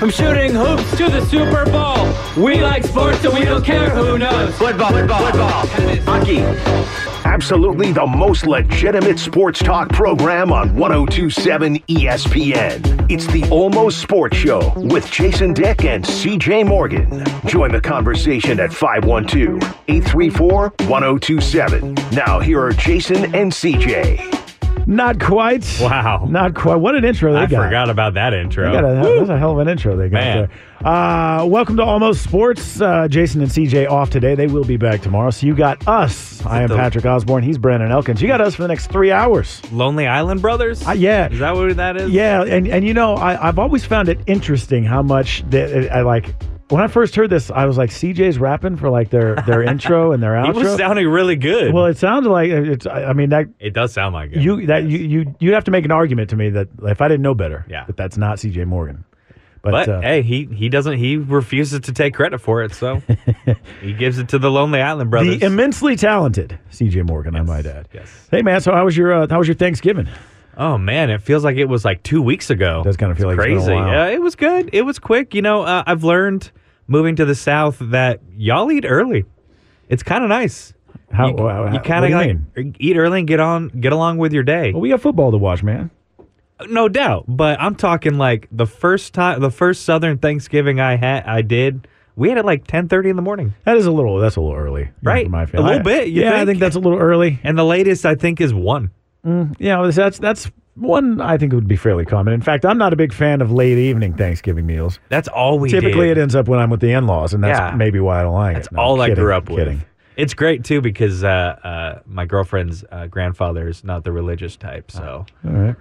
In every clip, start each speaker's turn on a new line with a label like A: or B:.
A: from shooting hoops to the Super Bowl. We like sports and we don't care who knows.
B: Football, football, football, tennis, hockey.
C: Absolutely the most legitimate sports talk program on 1027 ESPN. It's the Almost Sports Show with Jason Dick and CJ Morgan. Join the conversation at 512 834 1027. Now, here are Jason and CJ.
D: Not quite.
E: Wow.
D: Not quite. What an intro they
E: I
D: got.
E: forgot about that
D: They
E: intro.
D: got a, that was a hell of an intro they got
E: Man.
D: there. Uh, welcome to Almost Sports. Uh, Jason and CJ off today. They will be back tomorrow. So you got us. I am
E: the-
D: Patrick Osborne. He's Brandon Elkins. You got us for the next three hours.
E: Lonely Island Brothers?
D: Uh, yeah.
E: Is that what that is?
D: Yeah, and and you know, I, I've always found it interesting how much that I like. When I first heard this, I was like, "CJ's rapping for like their their intro and their
E: He was
D: outro."
E: sounding really good.
D: well, it sounded like it's. I I mean, that
E: it does sound like it.
D: you that you you you'd have to make an argument to me that if I didn't know better,
E: Yeah.
D: that that's not CJ Morgan. But,
E: but
D: uh,
E: hey, he, he doesn't he refuses to take credit for it, so he gives it to the Lonely Island Brothers.
D: the immensely talented CJ Morgan, I might add.
E: yes.
D: Hey man, so how was your uh, how was your Thanksgiving?
E: Oh man, it feels like it was like two weeks ago.
D: does kinda
E: It's
D: feel like it's been a
E: crazy.
D: while.
E: Yeah, it was good. It was quick. You know, uh, I've learned moving to the South that y'all eat early. It's kind of nice.
D: How
E: you,
D: wow, how-
E: you
D: what do
E: kind of
D: you
E: like
D: mean?
E: eat early and get on get along with your day.
D: Well, we got football to watch, man.
E: No doubt, but I'm talking like the first time, the first Southern Thanksgiving I had, I did. We had it like 10:30 in the morning,
D: That is a little that's a little early, you know,
E: Right.
D: For my
E: A
D: family.
E: little
D: I-
E: bit, you
D: yeah, I
E: think?
D: think that's a little early.
E: and the latest I think is one.
D: Yeah, well, that's that's one I think would be fairly common. In fact, I'm not a big fan of late evening Thanksgiving meals.
E: That's all we
D: Typically,
E: did.
D: it ends up when I'm with the in-laws, and that's
E: Yeah.
D: maybe why I don't like
E: That's
D: it. No,
E: all I
D: kidding,
E: grew up with.
D: Kidding.
E: It's great too because uh, uh, my girlfriend's uh, grandfather is not the religious type, so
D: All right.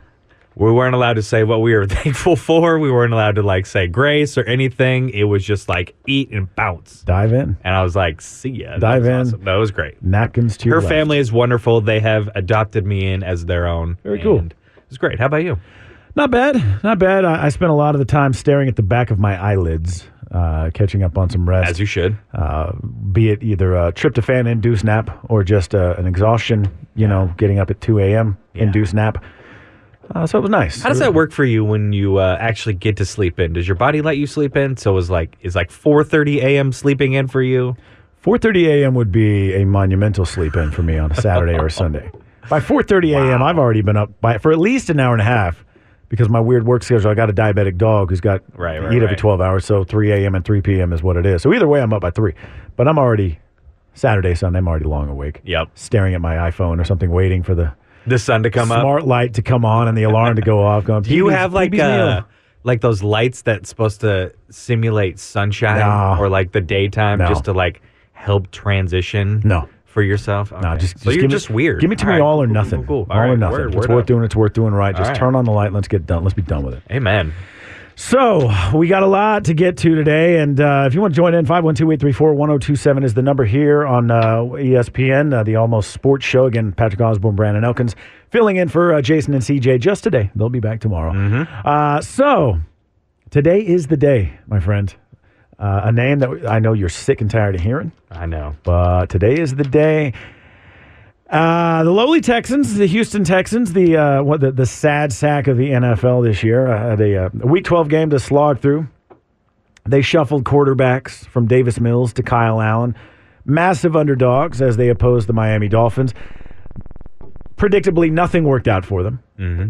E: we weren't allowed to say what we were thankful for. We weren't allowed to like say grace or anything. It was just like eat and bounce.
D: Dive in.
E: And I was like, see ya. That
D: Dive
E: was
D: in.
E: awesome. That was great.
D: Napkins to your
E: Her
D: left.
E: family is wonderful. They have adopted me in as their own.
D: Very cool.
E: and It's great. How about you?
D: Not bad. Not bad. I, I spent a lot of the time staring at the back of my eyelids, uh, catching up on some rest.
E: As you should.
D: uh, be it either a tryptophan-induced nap or just uh, an exhaustion. You know, getting up at 2 a.m. induced nap. Uh, so it was nice.
E: How does that work for you when you uh, actually get to sleep in? Does your body let you sleep in? So is like is like 4:30 a.m. sleeping in for you?
D: 4:30 a.m. would be a monumental sleep in for me on a Saturday or a Sunday. By 4:30 a.m., I've already been up by for at least an hour and a half because my weird work schedule. I got a diabetic dog who's got
E: Right,
D: to
E: right,
D: eat every
E: right.
D: 12 hours, so 3 a.m. and 3 p.m. is what it is. So either way, I'm up by three, but I'm already Saturday, Sunday. I'm already long awake.
E: Yep.
D: staring at my iPhone or something, waiting for the
E: The sun to come up.
D: smart light to come on and the alarm to go off. Going,
E: Do you
D: "PB's
E: have like
D: PB's meal."
E: uh, like those lights that's supposed to simulate sunshine
D: No.
E: or like the daytime
D: No.
E: just to like help transition?
D: No.
E: For yourself?
D: No,
E: Okay.
D: just, just
E: so you're
D: give me-
E: just weird.
D: Give me to me
E: right.
D: all or
E: Cool, cool,
D: nothing.
E: cool, cool.
D: All or
E: right,
D: nothing.
E: word,
D: it's
E: word
D: worth
E: up.
D: doing. It's worth doing right. Just
E: right.
D: turn on the light. Let's get done. Let's be done with it.
E: Amen.
D: So we got a lot to get to today, and uh, if you want to join in, 512-834-1027 is the number here on uh, ESPN, uh, the Almost Sports Show. Again, Patrick Osborne, Brandon Elkins, filling in for uh, Jason and CJ just today. They'll be back tomorrow. Uh, so today is the day, my friend. Uh, a name that I know you're sick and tired of hearing.
E: I know.
D: But today is the day. Uh, the lowly Texans, the Houston Texans, the uh, what the, the sad sack of the NFL this year, uh, had a uh, Week 12 game to slog through. They shuffled quarterbacks from Davis Mills to Kyle Allen, massive underdogs as they opposed the Miami Dolphins. Predictably, nothing worked out for them.
E: Mm-hmm.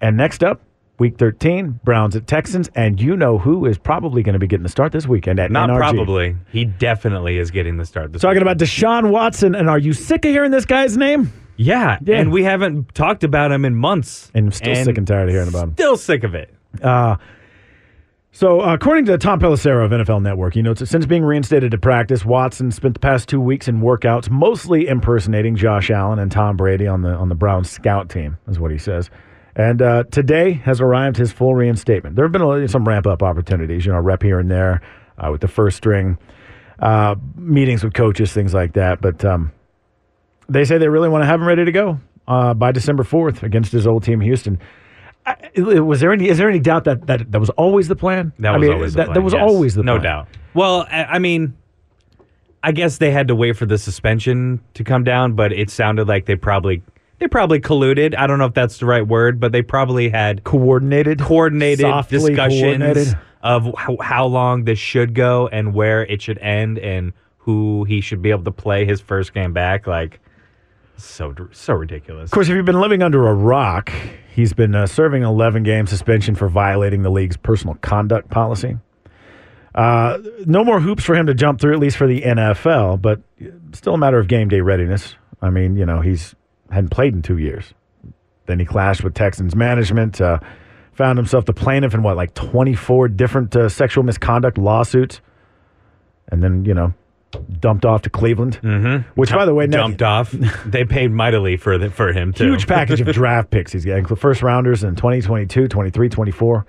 D: And next up, Week 13, Browns at Texans, and you know who is probably going to be getting the start this weekend at
E: Not
D: NRG.
E: probably. He definitely is getting the start. This
D: Talking
E: week.
D: about Deshaun Watson, and are you sick of hearing this guy's name?
E: yeah,
D: Yeah.
E: and we haven't talked about him in months,
D: And I'm still sick and tired of hearing about him.
E: Still sick of it.
D: So, uh, according to Tom Pelissero of NFL Network, he notes that since being reinstated to practice, Watson spent the past two weeks in workouts, mostly impersonating Josh Allen and Tom Brady on the on the Browns scout team, is what he says. And uh, today has arrived his full reinstatement. There have been a, some ramp up opportunities, you know, rep here and there uh, with the first string, uh, meetings with coaches, things like that. But um, they say they really want to have him ready to go uh, by December fourth against his old team, Houston. I, was there any? Is there any doubt that that, that was always the plan?
E: That
D: I
E: was
D: mean,
E: always
D: that,
E: the plan.
D: that was
E: yes.
D: always the
E: no
D: plan.
E: doubt. Well, I, I mean, I guess they had to wait for the suspension to come down, but it sounded like they probably they probably colluded. I don't know if that's the right word, but they probably had
D: Coordinated,
E: coordinated
D: softly
E: discussions
D: coordinated.
E: of how, how long this should go and where it should end and who he should be able to play his first game back. Like, so so ridiculous.
D: Of course, if you've been living under a rock, he's been uh, serving 11 game suspension for violating the league's personal conduct policy. Uh, no more hoops for him to jump through, at least for the NFL, but still a matter of game day readiness. I mean, you know, he's hadn't played in two years. Then he clashed with Texans management, uh, found himself the plaintiff in what, like 24 different uh, sexual misconduct lawsuits, and then, you know, dumped off to Cleveland. Mm-hmm. Which, by the way, now,
E: Dumped off. they paid mightily for the, for him too.
D: huge package of draft picks he's getting first rounders in 2022 23 24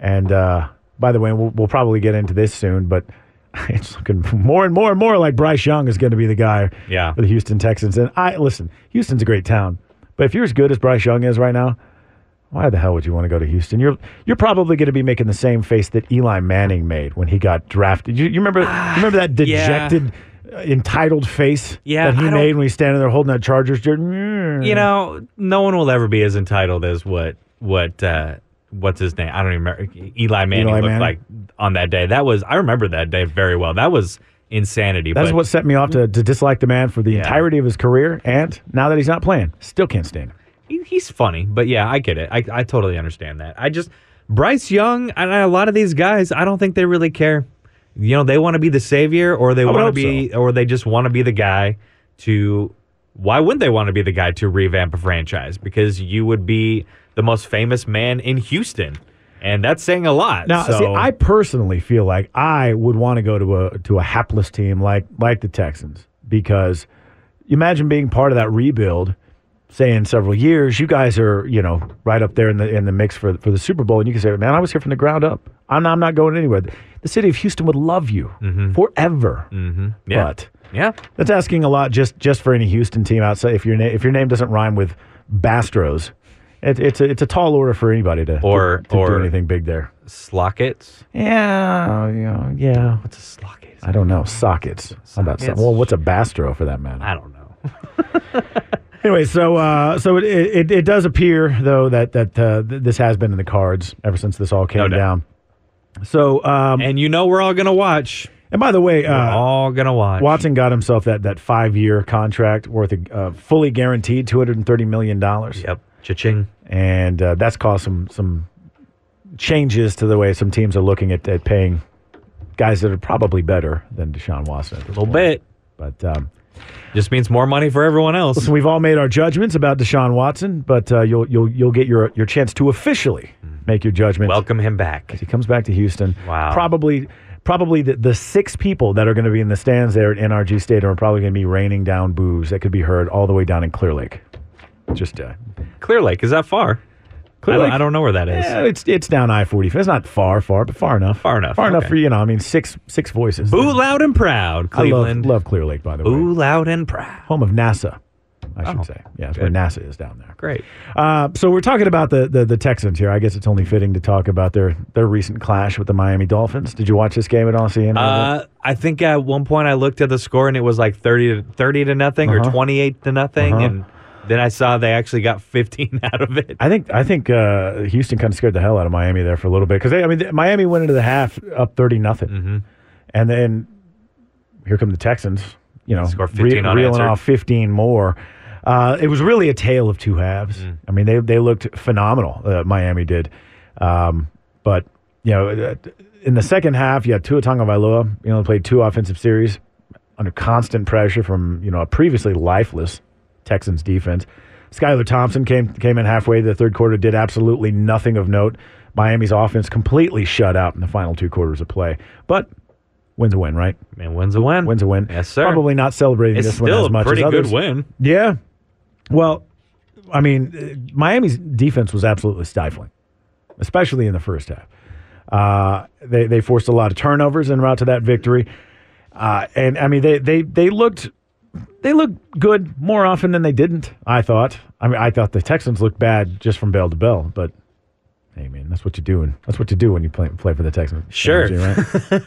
D: and uh, by the way we'll, we'll probably get into this soon but it's looking more and more and more like bryce young is going to be the guy
E: Yeah.
D: for the houston texans and i listen houston's a great town but if you're as good as bryce young is right now why the hell would you want to go to Houston? You're you're probably going to be making the same face that Eli Manning made when he got drafted. You, you remember you
E: Ah,
D: remember that dejected, uh, entitled face
E: Yeah,
D: that he
E: I don't-
D: made when he's standing there holding that Chargers jersey. Mm.
E: you know, no one will ever be as entitled as what what uh, what's his name? I don't even remember. E-, Eli Manning
D: Eli
E: looked
D: Manning?
E: like on that day. That was I remember that day very well. That was insanity.
D: That's
E: but
D: what set me off to, to dislike the man for the entirety of his career. And now that he's not playing, still can't stand him.
E: he- he's funny. But yeah, I get it. I I totally understand that. I just Bryce Young and a lot of these guys, I don't think they really care. You know, they want to be the savior, or they
D: would
E: want to
D: hope
E: be, or they just want to be the guy to. Why wouldn't they want to be the guy to revamp a franchise? Because you would be the most famous man in Houston, and that's saying a lot.
D: Now,
E: so,
D: see, I personally feel like I would want to go to a to a hapless team like like the Texans because you imagine being part of that rebuild. Say in several years, you guys are you know right up there in the in the mix for for the Super Bowl, and you can say, "Man, I was here from the ground up. I'm I'm not going anywhere." The city of Houston would love you forever.
E: Mm-hmm. yeah.
D: But
E: yeah,
D: That's asking a lot just just for any Houston team outside. If your name if your name doesn't rhyme with Bastros, it, it's a, it's a tall order for anybody to
E: Or-
D: to, to
E: or-
D: do anything big there.
E: Slockets.
D: Yeah, yeah, yeah.
E: What's a Slocket?
D: I don't know sockets. How about so-
E: Sockets.
D: well, what's a Bastro for that matter?
E: I don't know.
D: Anyway, so uh, so it, it it does appear though that that uh, th- this has been in the cards ever since this all came
E: doubt.
D: down. So um,
E: And you know, we're all gonna watch.
D: and by the way,
E: We're
D: uh,
E: all gonna watch.
D: Watson got himself that that five year contract worth a uh, fully guaranteed two hundred and thirty million dollars.
E: Yep. Cha-ching.
D: and uh, that's caused some some changes to the way some teams are looking at, at paying guys that are probably better than Deshaun Watson. At this
E: A little
D: point.
E: bit.
D: but um,
E: Just means more money for everyone else.
D: so we've all made our judgments about Deshaun Watson, but uh, you'll you'll you'll get your your chance to officially make your judgment.
E: Welcome him back.
D: He comes back to Houston.
E: Mm-hmm. Wow.
D: Probably, probably the, the six people that are going to be in the stands there at NRG Stadium are probably going to be raining down boos that could be heard all the way down in Clear Lake. Just uh,
E: Clear Lake, is that far?
D: Clear
E: I don't,
D: Lake-
E: I don't know where that is.
D: Yeah, it's it's down I forty. It's not far, far, but far enough.
E: Far enough,
D: Far enough
E: okay.
D: for you know. I mean, six six voices.
E: Boo loud and proud,
D: I love,
E: Cleveland.
D: love Clear Lake, by the way.
E: Boo loud and proud.
D: Home of NASA, I should
E: Oh,
D: say. Yeah, that's where
E: good.
D: NASA is down there.
E: Great.
D: Uh, so we're talking about the, the the Texans here. I guess it's only fitting to talk about their their recent clash with the Miami Dolphins. Did you watch this game at all? See any of it?
E: Uh, I think at one point I looked at the score and it was like 30 to, 30 to nothing or 28 to nothing.
D: Uh-huh.
E: And then I saw they actually got 15 out of it.
D: I think I think uh, Houston kind of scared the hell out of Miami there for a little bit because I mean th- Miami went into the half up thirty nothing,
E: Mm-hmm.
D: and then here come the Texans. You know,
E: Score 15
D: reeling
E: unanswered.
D: off fifteen more. Uh, it was really a tale of two halves.
E: Mm.
D: I mean, they they looked phenomenal. Uh, Miami did, um, but you know, uh, in the second half, you had Tua Tagovailoa. You know, played two offensive series under constant pressure from you know a previously lifeless Texans defense. Skylar Thompson came came in halfway the third quarter, did absolutely nothing of note. Miami's offense completely shut out in the final two quarters of play. But wins a win, right?
E: Man, wins a win.
D: Wins a win.
E: Yes, sir.
D: Probably not celebrating
E: It's
D: this one
E: still
D: as
E: a
D: much
E: pretty
D: as
E: good
D: others.
E: win.
D: Yeah. Well, I mean, uh, Miami's defense was absolutely stifling, especially in the first half. Uh, they they forced a lot of turnovers en route to that victory, uh, and I mean they they they looked they looked good more often than they didn't. I thought. I mean, I thought the Texans looked bad just from bell to bell, but. Hey man, that's what you do, and that's what you do when you play play for the Texans.
E: Sure.
D: right?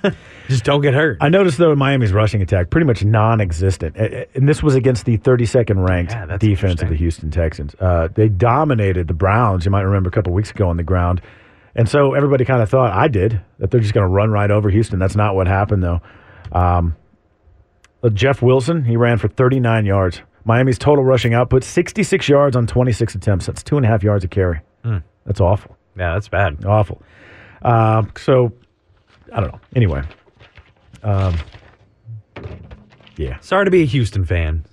E: Just don't get hurt.
D: I noticed though Miami's rushing attack pretty much non-existent, A- a- and this was against the 32nd ranked
E: Yeah, that's
D: defense of the
E: interesting.
D: Houston Texans. Uh, they dominated the Browns. You might remember a couple weeks ago on the ground, And so everybody kind of thought, I did, that they're just going to run right over Houston. That's not what happened, though. Um, uh, Jeff Wilson, he ran for 39 yards. Miami's total rushing output, 66 yards on 26 attempts. That's two and a half yards a carry.
E: Hmm.
D: That's awful.
E: Yeah, that's bad.
D: Awful. Uh, so, I don't know. Anyway. Um, yeah.
E: Sorry to be a Houston fan.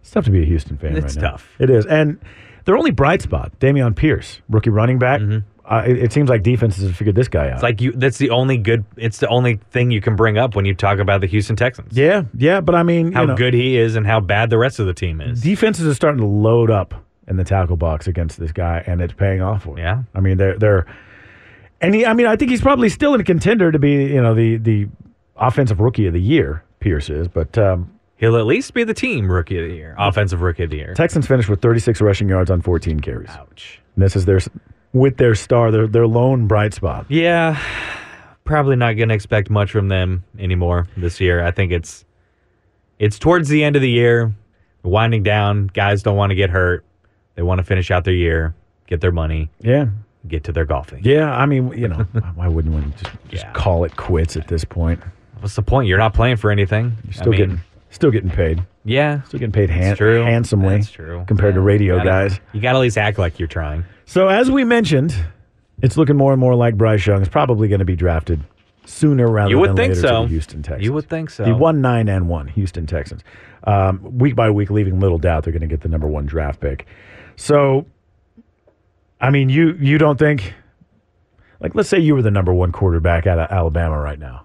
D: It's tough to be a Houston fan
E: It's
D: right now.
E: tough.
D: It is. And their only bright spot, Damian Pierce, rookie running back. Uh, it, it seems like defenses have figured this guy out.
E: Mm-hmm. It's like you. That's the only good. It's the only thing you can bring up when you talk about the Houston Texans.
D: yeah, yeah, but I mean,
E: How
D: you know,
E: good he is and how bad the rest of the team is.
D: defenses are starting to load up in the tackle box against this guy, and it's paying off for him.
E: Yeah.
D: I mean, they're they're, and he, I mean, I think he's probably still in a contender to be, you know, the the offensive rookie of the year. Pierce is, but um,
E: He'll at least be the team rookie of the year, offensive rookie of the year.
D: Texans finished with 36 rushing yards on 14 carries.
E: Ouch.
D: And this is their s- with their star, their their lone bright spot.
E: Yeah, probably not going to expect much from them anymore this year. I think it's it's towards the end of the year, winding down. Guys don't want to get hurt. They want to finish out their year, get their money,
D: Yeah,
E: get to their golfing.
D: yeah. I mean, you know, why wouldn't we just, just
E: Yeah.
D: call it quits at this point?
E: What's the point? You're not playing for anything. You're
D: Still getting still getting paid.
E: yeah.
D: Still getting paid han-
E: It's true.
D: handsomely
E: That's true.
D: compared to radio
E: Gotta-
D: guys.
E: You got to at least act like you're trying.
D: So as we mentioned, it's looking more and more like Bryce Young is probably going to be drafted sooner rather
E: You would
D: than
E: think
D: later to
E: so.
D: the Houston Texans.
E: You would think so.
D: The one nine and one Houston Texans, um, week by week, leaving little doubt they're going to get the number one draft pick. So, I mean, you you don't think, like, let's say you were the number one quarterback out of Alabama right now,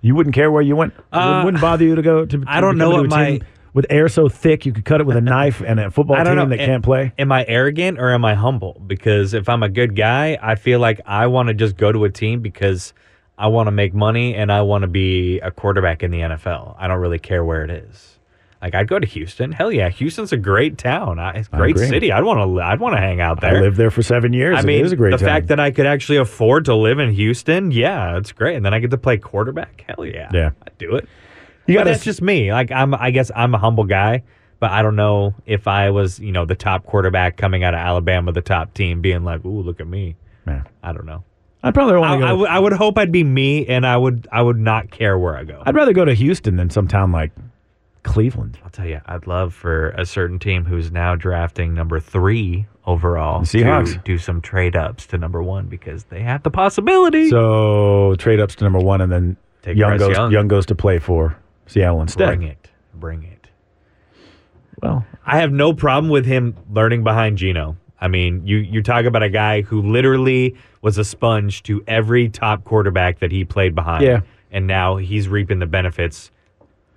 D: you wouldn't care where you went. It
E: Hmm. Uh,
D: wouldn't bother you to go to.
E: I
D: to
E: don't
D: become
E: know
D: into
E: what
D: a
E: my-
D: team with air so thick you could cut it with a knife and a football
E: I
D: team
E: don't know.
D: that
E: Am-
D: can't play.
E: Am I arrogant or am I humble? Because if I'm a good guy, I feel like I want to just go to a team because I want to make money and I want to be a quarterback in the NFL. I don't really care where it is. Like I'd go to Houston. Hell yeah, Houston's a great town. I, it's a great
D: agree.
E: city. I'd want to. I'd want to hang out there.
D: I lived there for seven years.
E: I mean,
D: it is a great
E: the
D: town.
E: fact that I could actually afford to live in Houston, yeah, it's great. And then I get to play quarterback. Hell yeah,
D: Yeah.
E: I'd do it.
D: you
E: But
D: gotta-
E: that's just me. Like I'm, I guess I'm a humble guy, but I don't know if I was, you know, the top quarterback coming out of Alabama, the top team, being like, "Ooh, look at me."
D: Man,
E: I don't know.
D: I probably
E: I,
D: want to go.
E: I would- I would hope I'd be me, and I would, I would not care where I go.
D: I'd rather go to Houston than some town like Cleveland.
E: I'll tell you, I'd love for a certain team who's now drafting number three overall to
D: Seahawks.
E: do some trade ups to number one because they have the possibility.
D: So trade ups to number one, and then
E: Take
D: Young
E: Bryce
D: goes
E: Young.
D: goes to play for Seattle instead.
E: bring it, bring it.
D: Well,
E: I have no problem with him learning behind Gino. I mean, you you talk about a guy who literally was a sponge to every top quarterback that he played behind.
D: Yeah.
E: And now he's reaping the benefits.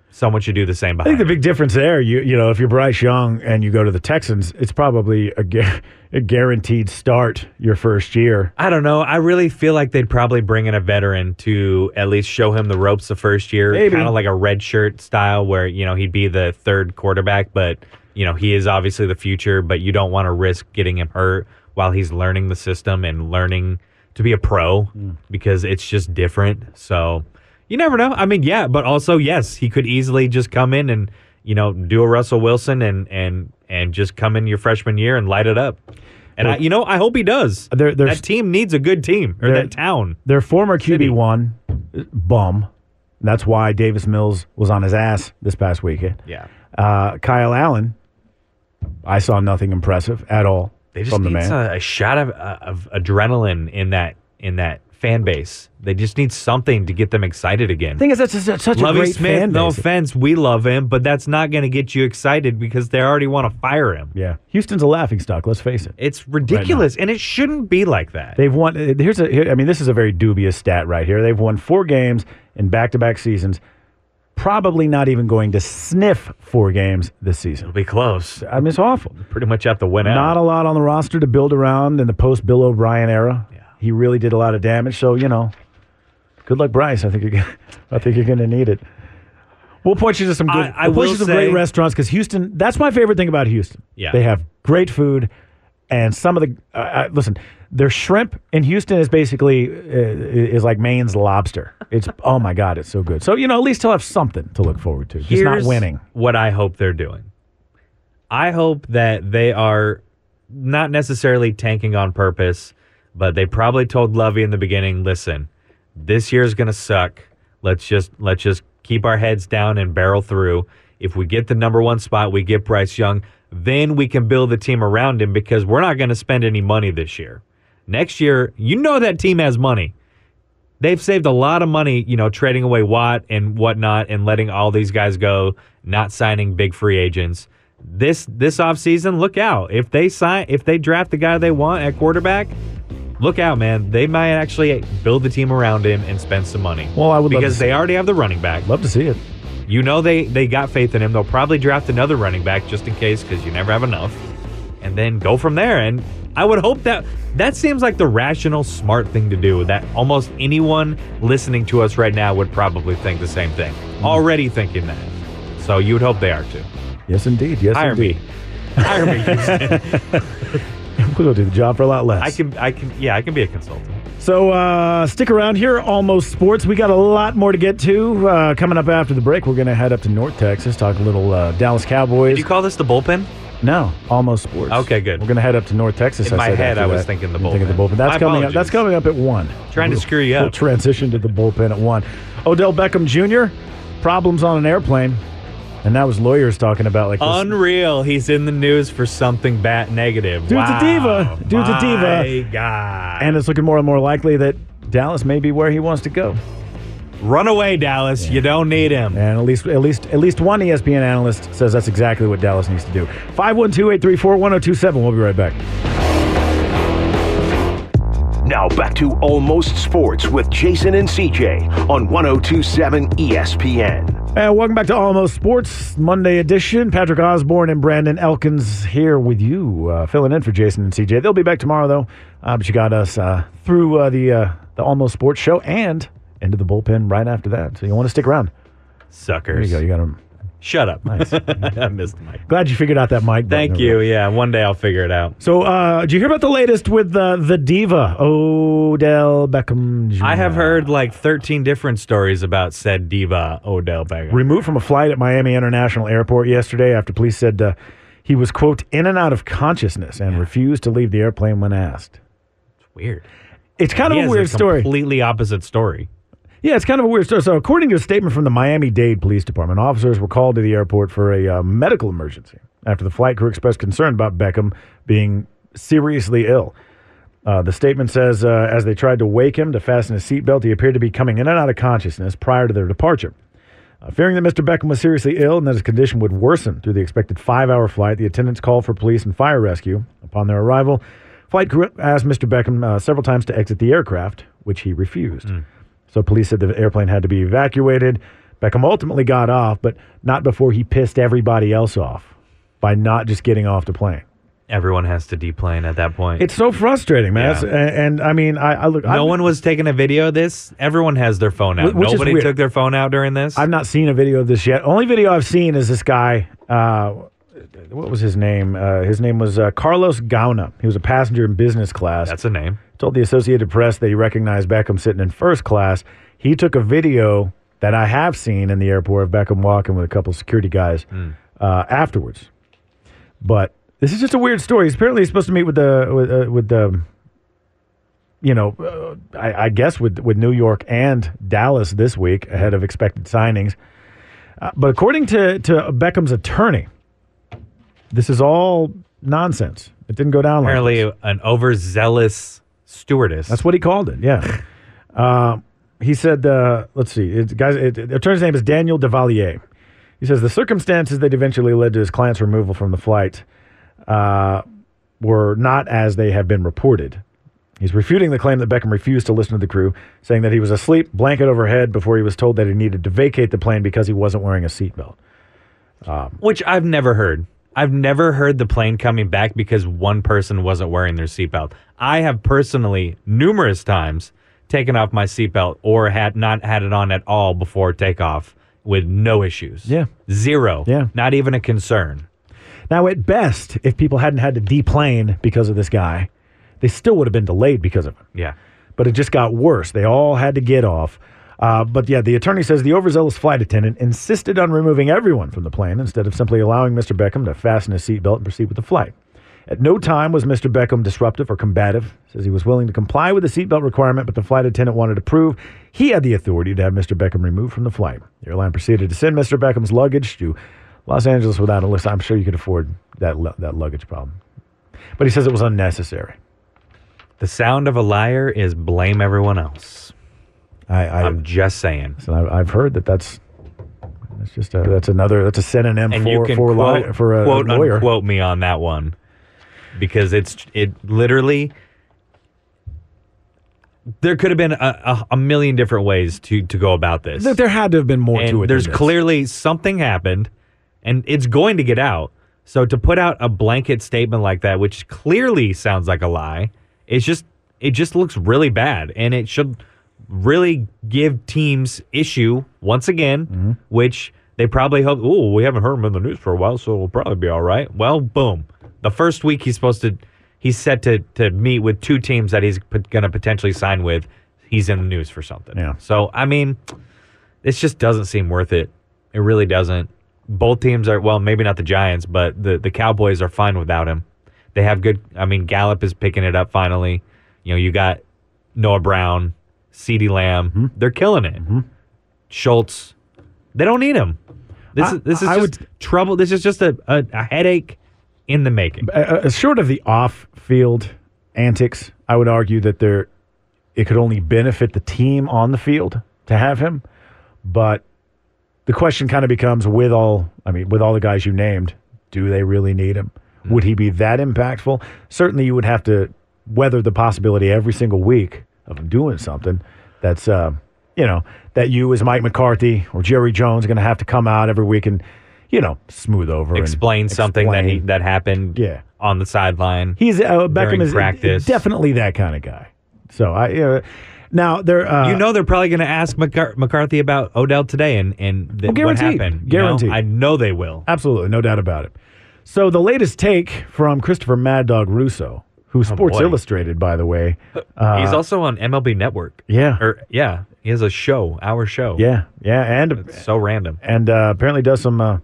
E: Someone should do the same
D: I
E: behind.
D: think the
E: him.
D: big difference there, you you know, if you're Bryce Young and you go to the Texans, it's probably a, gu- a guaranteed start your first year.
E: I don't know. I really feel like they'd probably bring in a veteran to at least show him the ropes the first year,
D: Maybe.
E: kind of like a red shirt style, where you know he'd be the third quarterback, but you know he is obviously the future. But you don't want to risk getting him hurt while he's learning the system and learning to be a pro
D: Hmm.
E: because it's just different. So you never know. I mean, yeah, but also yes, he could easily just come in and you know do a Russell Wilson and and and just come in your freshman year and light it up. And I, you know, I hope he does
D: There- there's-
E: that team needs a good team or
D: There-
E: that town.
D: Their former QB one uh, bum. That's why Davis Mills was on his ass this past weekend.
E: Yeah.
D: Uh, Kyle Allen, I saw nothing impressive at all
E: They just
D: from the
E: need
D: man.
E: a, a shot of, of adrenaline in that in that fan base. They just need something to get them excited again.
D: thing is, that's just such a
E: Lovey
D: great
E: Smith,
D: fan
E: no
D: base.
E: offense, we love him, but that's not going to get you excited because they already want to fire him.
D: Yeah, Houston's a laughing stock. Let's face it.
E: It's ridiculous, and it shouldn't be like that.
D: They've won. uh, Here's a. Here, I mean, this is a very dubious stat right here. They've won four games in back-to-back seasons. Probably not even going to sniff four games this season.
E: It'll be close.
D: I mean, it's awful.
E: Pretty much have to win out.
D: Not a lot on the roster to build around in the post-Bill O'Brien era.
E: Yeah.
D: He really did a lot of damage. So you know, good luck, Bryce. I think you're. Gonna, I think you're going to need it. We'll point you to some good.
E: I- I
D: we'll point
E: will
D: you to some
E: say-
D: great restaurants because Houston. That's my favorite thing about Houston.
E: Yeah.
D: they have great food, and some of the. Uh, uh, listen, their shrimp in Houston is basically uh, is like Maine's lobster. It's oh my god, it's so good. So you know, at least he'll have something to look forward to. He's not
E: Here's
D: winning.
E: What I hope they're doing. I hope that they are not necessarily tanking on purpose, But they probably told Lovey in the beginning, listen, this year's gonna suck. Let's just let's just keep our heads down and barrel through. If we get the number one spot, we get Bryce Young, then we can build the team around him because we're not gonna spend any money this year. Next year, you know that team has money. They've saved a lot of money, you know, trading away Watt and whatnot and letting all these guys go, not signing big free agents this this offseason, look out. If they sign if they draft the guy they want at quarterback, look out, man. They might actually build the team around him and spend some money.
D: Well, I would love to
E: because
D: see
E: they already have the running back.
D: Love to see it.
E: You know they they got faith in him. They'll probably draft another running back just in case cuz you never have enough. And then go from there and I would hope that that seems like the rational smart thing to do that almost anyone listening to us right now would probably think the same thing. Already thinking that. So you would hope they are too.
D: Yes, indeed. Yes,
E: Hire
D: indeed.
E: me. Hire me. Houston.
D: We'll do the job for a lot less.
E: I can, I can, yeah, I can be a consultant.
D: So uh, stick around here, Almost Sports. We got a lot more to get to. Uh, coming up after the break, we're going to head up to North Texas, talk a little uh, Dallas Cowboys.
E: Do you call this the bullpen?
D: no, Almost Sports.
E: Okay, good.
D: We're going to head up to North Texas.
E: In my
D: said
E: head,
D: after
E: I was
D: that.
E: thinking the
D: You're Thinking the
E: bullpen.
D: bullpen. That's
E: My
D: coming. Up, that's coming
E: apologies.
D: up at one.
E: Trying to screw you
D: We'll
E: up.
D: transition to the bullpen at one. Odell Beckham Jr. Problems on an airplane, and that was lawyers talking about like this-
E: Unreal. He's in the news for something bat negative.
D: Dude's a
E: Wow.
D: diva. Dude's a diva.
E: My God.
D: and it's looking more and more likely that Dallas may be where he wants to go.
E: run away, Dallas. You don't need him.
D: And at least at least at least one E ESPN analyst says that's exactly what Dallas needs to do. 512-834-1027. We'll be right back.
C: Now back to Almost Sports with Jason and CJ on 1027 ESPN.
D: And welcome back to Almost Sports Monday edition. Patrick Osborne and Brandon Elkins here with you, uh, filling in for Jason and CJ. They'll be back tomorrow though. Uh, but you got us uh, through uh, the uh, the Almost Sports show and into the bullpen right after that. So you want to stick around? There
E: Suckers.
D: you go. You got him.
E: Shut up.
D: Nice.
E: I missed the mic.
D: Glad you figured out that mic. button
E: Thank
D: over
E: you. Yeah, one day I'll figure it out.
D: So, uh, did you hear about the latest with uh, the diva, Odell Beckham Jr.?
E: I have heard like 13 different stories about said diva Odell Beckham.
D: Removed from a flight at Miami International Airport yesterday after police said uh, he was, quote, in and out of consciousness and refused to leave the airplane when asked.
E: Weird.
D: It's kind
E: He
D: of a
E: has
D: weird story.
E: Completely opposite story.
D: Yeah, it's kind of a weird story. So, according to a statement from the Miami Dade Police Department, officers were called to the airport for a uh, medical emergency after the flight crew expressed concern about Beckham being seriously ill. Uh, the statement says uh, as they tried to wake him to fasten his seatbelt, he appeared to be coming in and out of consciousness prior to their departure. Uh, fearing that Mr. Beckham was seriously ill and that his condition would worsen through the expected five hour flight, the attendants called for police and fire rescue. Upon their arrival, flight crew asked Mr. Beckham uh, several times to exit the aircraft, which he refused. So police said the airplane had to be evacuated. Beckham ultimately got off, but not before he pissed everybody else off by not just getting off the plane.
E: Everyone has to deplane at that point.
D: It's so frustrating, man.
E: Yeah.
D: That's- And, and, I mean, I, I look.
E: No
D: I've,
E: one was taking a video of this. Everyone has their phone out.
D: Wh- which is
E: Nobody
D: weird.
E: took their phone out during this.
D: I've not seen a video of this yet. Only video I've seen is this guy. Uh, what was his name? Uh, his name was uh, Carlos Gauna. He was a passenger in business class.
E: That's a name.
D: told the Associated Press that he recognized Beckham sitting in first class. He took a video that I have seen in the airport of Beckham walking with a couple of security guys uh, afterwards. But this is just a weird story. He's apparently supposed to meet with the with, uh, with the you know, uh, I, I guess with with New York and Dallas this week ahead of expected signings. Uh, but according to to Beckham's attorney, this is all nonsense. It didn't go down like
E: Apparently, an overzealous stewardess.
D: that's what he called it. Yeah. uh, he said, uh, let's see, it, guys, it, the attorney's name is Daniel Devalier. He says the circumstances that eventually led to his client's removal from the flight uh, were not as they have been reported. He's refuting the claim that Beckham refused to listen to the crew, saying that he was asleep, blanket overhead, before he was told that he needed to vacate the plane because he wasn't wearing a seatbelt.
E: which I've never heard. I've never heard the plane coming back because one person wasn't wearing their seatbelt. I have personally numerous times taken off my seatbelt or had not had it on at all before takeoff with no issues.
D: Yeah.
E: Zero.
D: Yeah.
E: Not even a concern.
D: Now, at best, if people hadn't had to deplane because of this guy, they still would have been delayed because of him.
E: Yeah.
D: but it just got worse. They all had to get off. Uh, but yeah, the attorney says the overzealous flight attendant insisted on removing everyone from the plane instead of simply allowing Mr. Beckham to fasten his seatbelt and proceed with the flight. At no time was Mr. Beckham disruptive or combative. Says he was willing to comply with the seatbelt requirement, but the flight attendant wanted to prove he had the authority to have Mr. Beckham removed from the flight. The airline proceeded to send Mr. Beckham's luggage to Los Angeles without a list. I'm sure you could afford that lu- that luggage problem, but he says it was unnecessary.
E: The sound of a liar is blame everyone else.
D: I, I
E: I'm just saying.
D: So I, I've heard that that's that's just a, that's another that's a synonym
E: And
D: for
E: you can
D: for, li-
E: quote,
D: for a
E: quote
D: lawyer.
E: unquote me on that one because it's it literally there could have been a, a, a million different ways to to go about this.
D: There, there had to have been more to it.
E: and
D: than
E: there's
D: this.
E: clearly something happened and it's going to get out so to put out a blanket statement like that which clearly sounds like a lie it's just it just looks really bad and it should really give teams issue once again
D: Mm-hmm.
E: which they probably hope oh we haven't heard him in the news for a while so it'll probably be all right well boom the first week he's supposed to he's set to to meet with two teams that he's pot- going to potentially sign with he's in the news for something
D: Yeah.
E: so i mean this just doesn't seem worth it. It really doesn't. Both teams are well, maybe not the Giants, but the the Cowboys are fine without him. They have good. I mean, Gallup is picking it up finally. You know, you got Noah Brown, Ceedee Lamb.
D: Mm-hmm.
E: They're killing it. Schultz. They don't need him. This
D: I-
E: is this is
D: I
E: just trouble. This is just a, a, a headache in the making.
D: Uh, uh, short of the off-field antics, I would argue that there it could only benefit the team on the field to have him. But the question kind of becomes: with all, I mean, with all the guys you named, do they really need him?
E: Mm.
D: Would he be that impactful? Certainly, you would have to weather the possibility every single week of him doing something that's, uh, you know, that you as Mike McCarthy or Jerry Jones are going to have to come out every week and, you know, smooth over, and
E: Explain something that he,
D: explain.
E: that happened.
D: Yeah.
E: on the sideline.
D: He's uh, Beckham
E: During
D: is
E: practice.
D: definitely that kind of guy. So I uh, now there uh,
E: you know they're probably going to ask McCar- McCarthy about Odell today and and th-
D: Well,
E: what
D: guaranteed.
E: happened. you know?
D: Guaranteed.
E: I know they will.
D: absolutely no doubt about it. So the latest take from Christopher Mad Dog Russo, who Sports
E: Oh, boy. Uh,
D: Illustrated, by the way,
E: He's also on MLB Network.
D: Uh, yeah,
E: Or yeah, he has a show, our show.
D: yeah, yeah, and
E: So random.
D: and uh, apparently does some uh,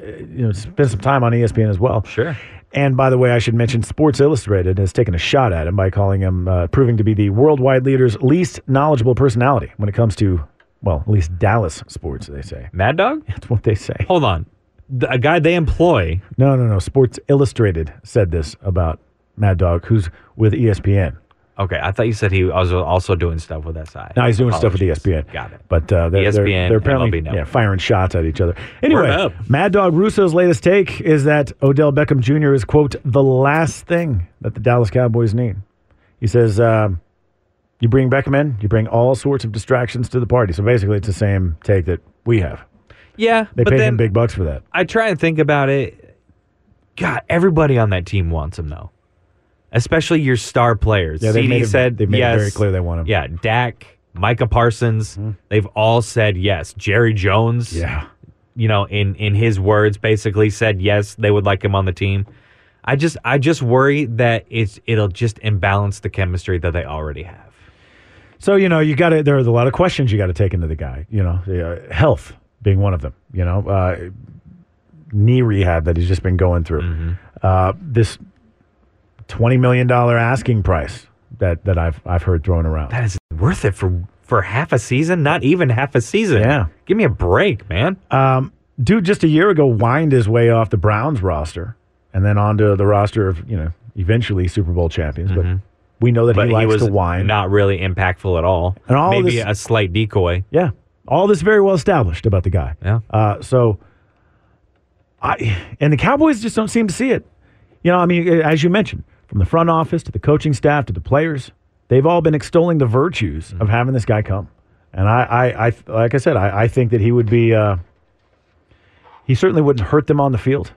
D: you know spends some time on E ESPN as well.
E: Sure.
D: And by the way, I should mention Sports Illustrated has taken a shot at him by calling him, uh, proving to be the worldwide leader's least knowledgeable personality when it comes to, well, at least Dallas sports, they say.
E: Mad Dog?
D: That's what they say.
E: Hold on. The, a guy they employ.
D: No, no, no. Sports Illustrated said this about Mad Dog, who's with E ESPN.
E: Okay, I thought you said he was also doing stuff with SI.
D: Now he's doing
E: Apologies.
D: stuff with E ESPN.
E: Got it. E
D: But uh, they're, they're-
E: ESPN,
D: they're apparently
E: MLB Network.
D: yeah, firing shots at each other. Anyway,
E: Word up.
D: Mad Dog Russo's latest take is that Odell Beckham Jr. is, quote, the last thing that the Dallas Cowboys need. He says, um, you bring Beckham in, you bring all sorts of distractions to the party. So basically, it's the same take that we have.
E: yeah,
D: They
E: but
D: paid
E: then
D: him big bucks for that.
E: I try and think about it. God, everybody on that team wants him though, especially your star players.
D: Yeah, they've
E: CD
D: made it-
E: said
D: they've made it
E: yes.
D: very clear they want him.
E: Yeah, Dak, Micah Parsons, they've all said yes. Jerry Jones,
D: Yeah.
E: you know, in in his words, basically said yes, they would like him on the team. I just I just worry that it's it'll just imbalance the chemistry that they already have.
D: So you know, you got to. There are a lot of questions you got to take into the guy. You know, the, uh, health being one of them. You know, uh, knee rehab that he's just been going through.
E: Mm-hmm.
D: Uh, this twenty million dollar asking price that that I've I've heard thrown around.
E: That is worth it for for half a season, not even half a season.
D: Yeah.
E: give me a break, man.
D: Dude, just a year ago, whined his way off the Browns roster and then onto the roster of you know eventually Super Bowl champions. But we know that
E: Mm-hmm. but
D: he
E: he,
D: likes
E: was
D: to whine.
E: not really impactful at all.
D: And all
E: Maybe
D: this-
E: a slight decoy.
D: Yeah. All this very well established about the guy.
E: Yeah.
D: Uh, so, I and the Cowboys just don't seem to see it. You know, I mean, as you mentioned, from the front office to the coaching staff to the players, they've all been extolling the virtues of having this guy come. And I, I, I like I said, I, I think that he would be. Uh, he certainly wouldn't hurt them on the field.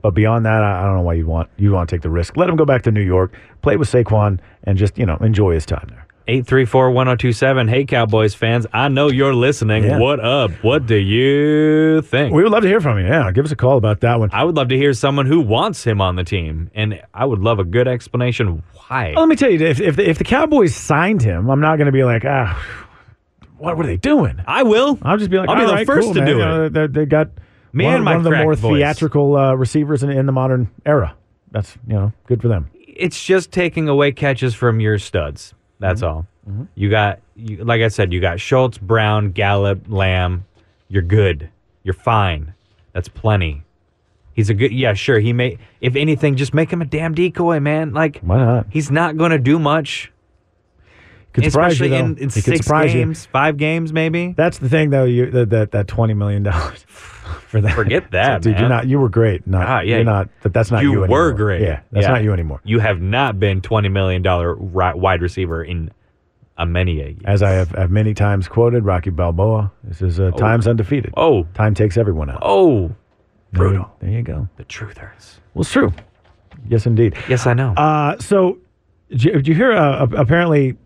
D: But beyond that, I, I don't know why you want you want to take the risk. Let him go back to New York, play with Saquon, and just you know enjoy his time there.
E: 834-1027. Hey Cowboys fans, I know you're listening.
D: Yeah.
E: What up? What do you think?
D: We would love to hear from you. Yeah, give us a call about that one.
E: I would love to hear someone who wants him on the team and I would love a good explanation why.
D: Well, let me tell you, if if the, if the Cowboys signed him, I'm not going to be like, ah, what were they doing?
E: I will.
D: I'll just be like,
E: I'll be
D: all
E: the
D: right,
E: first
D: cool,
E: to
D: man.
E: do
D: You know,
E: it.
D: they, they got
E: Me
D: one,
E: and my
D: one of the
E: crack
D: more
E: voice.
D: theatrical uh, receivers in, in the modern era. that's you know good for them.
E: it's just taking away catches from your studs. That's
D: Mm-hmm.
E: all. You got, you, like I said, you got Schultz, Brown, Gallup, Lamb. You're good. You're fine. That's plenty. He's a good. Yeah, sure. He may. If anything, just make him a damn decoy, man. Like
D: Why not?
E: He's not going to do much,
D: Could surprise
E: especially
D: you though.
E: in, in
D: It could
E: six
D: surprise you.
E: games, five games, maybe.
D: That's the thing though. You that that, that twenty million dollars for that.
E: Forget that,
D: dude. You're
E: man.
D: not. You were great. Not.
E: Ah, yeah.
D: You're not. But that's not you.
E: you, were
D: anymore.
E: great.
D: Yeah. That's not you anymore.
E: You have not been twenty million dollar wide receiver in a many a year.
D: As I have, have many times quoted, Rocky Balboa. This is uh, times undefeated.
E: oh,
D: Time takes everyone out. There
E: oh,
D: you-
E: brutal.
D: There you go.
E: the truth hurts.
D: Well, it's true. Yes, indeed.
E: Yes, I know.
D: Uh, so, did you, did you hear? Uh, ap- apparently,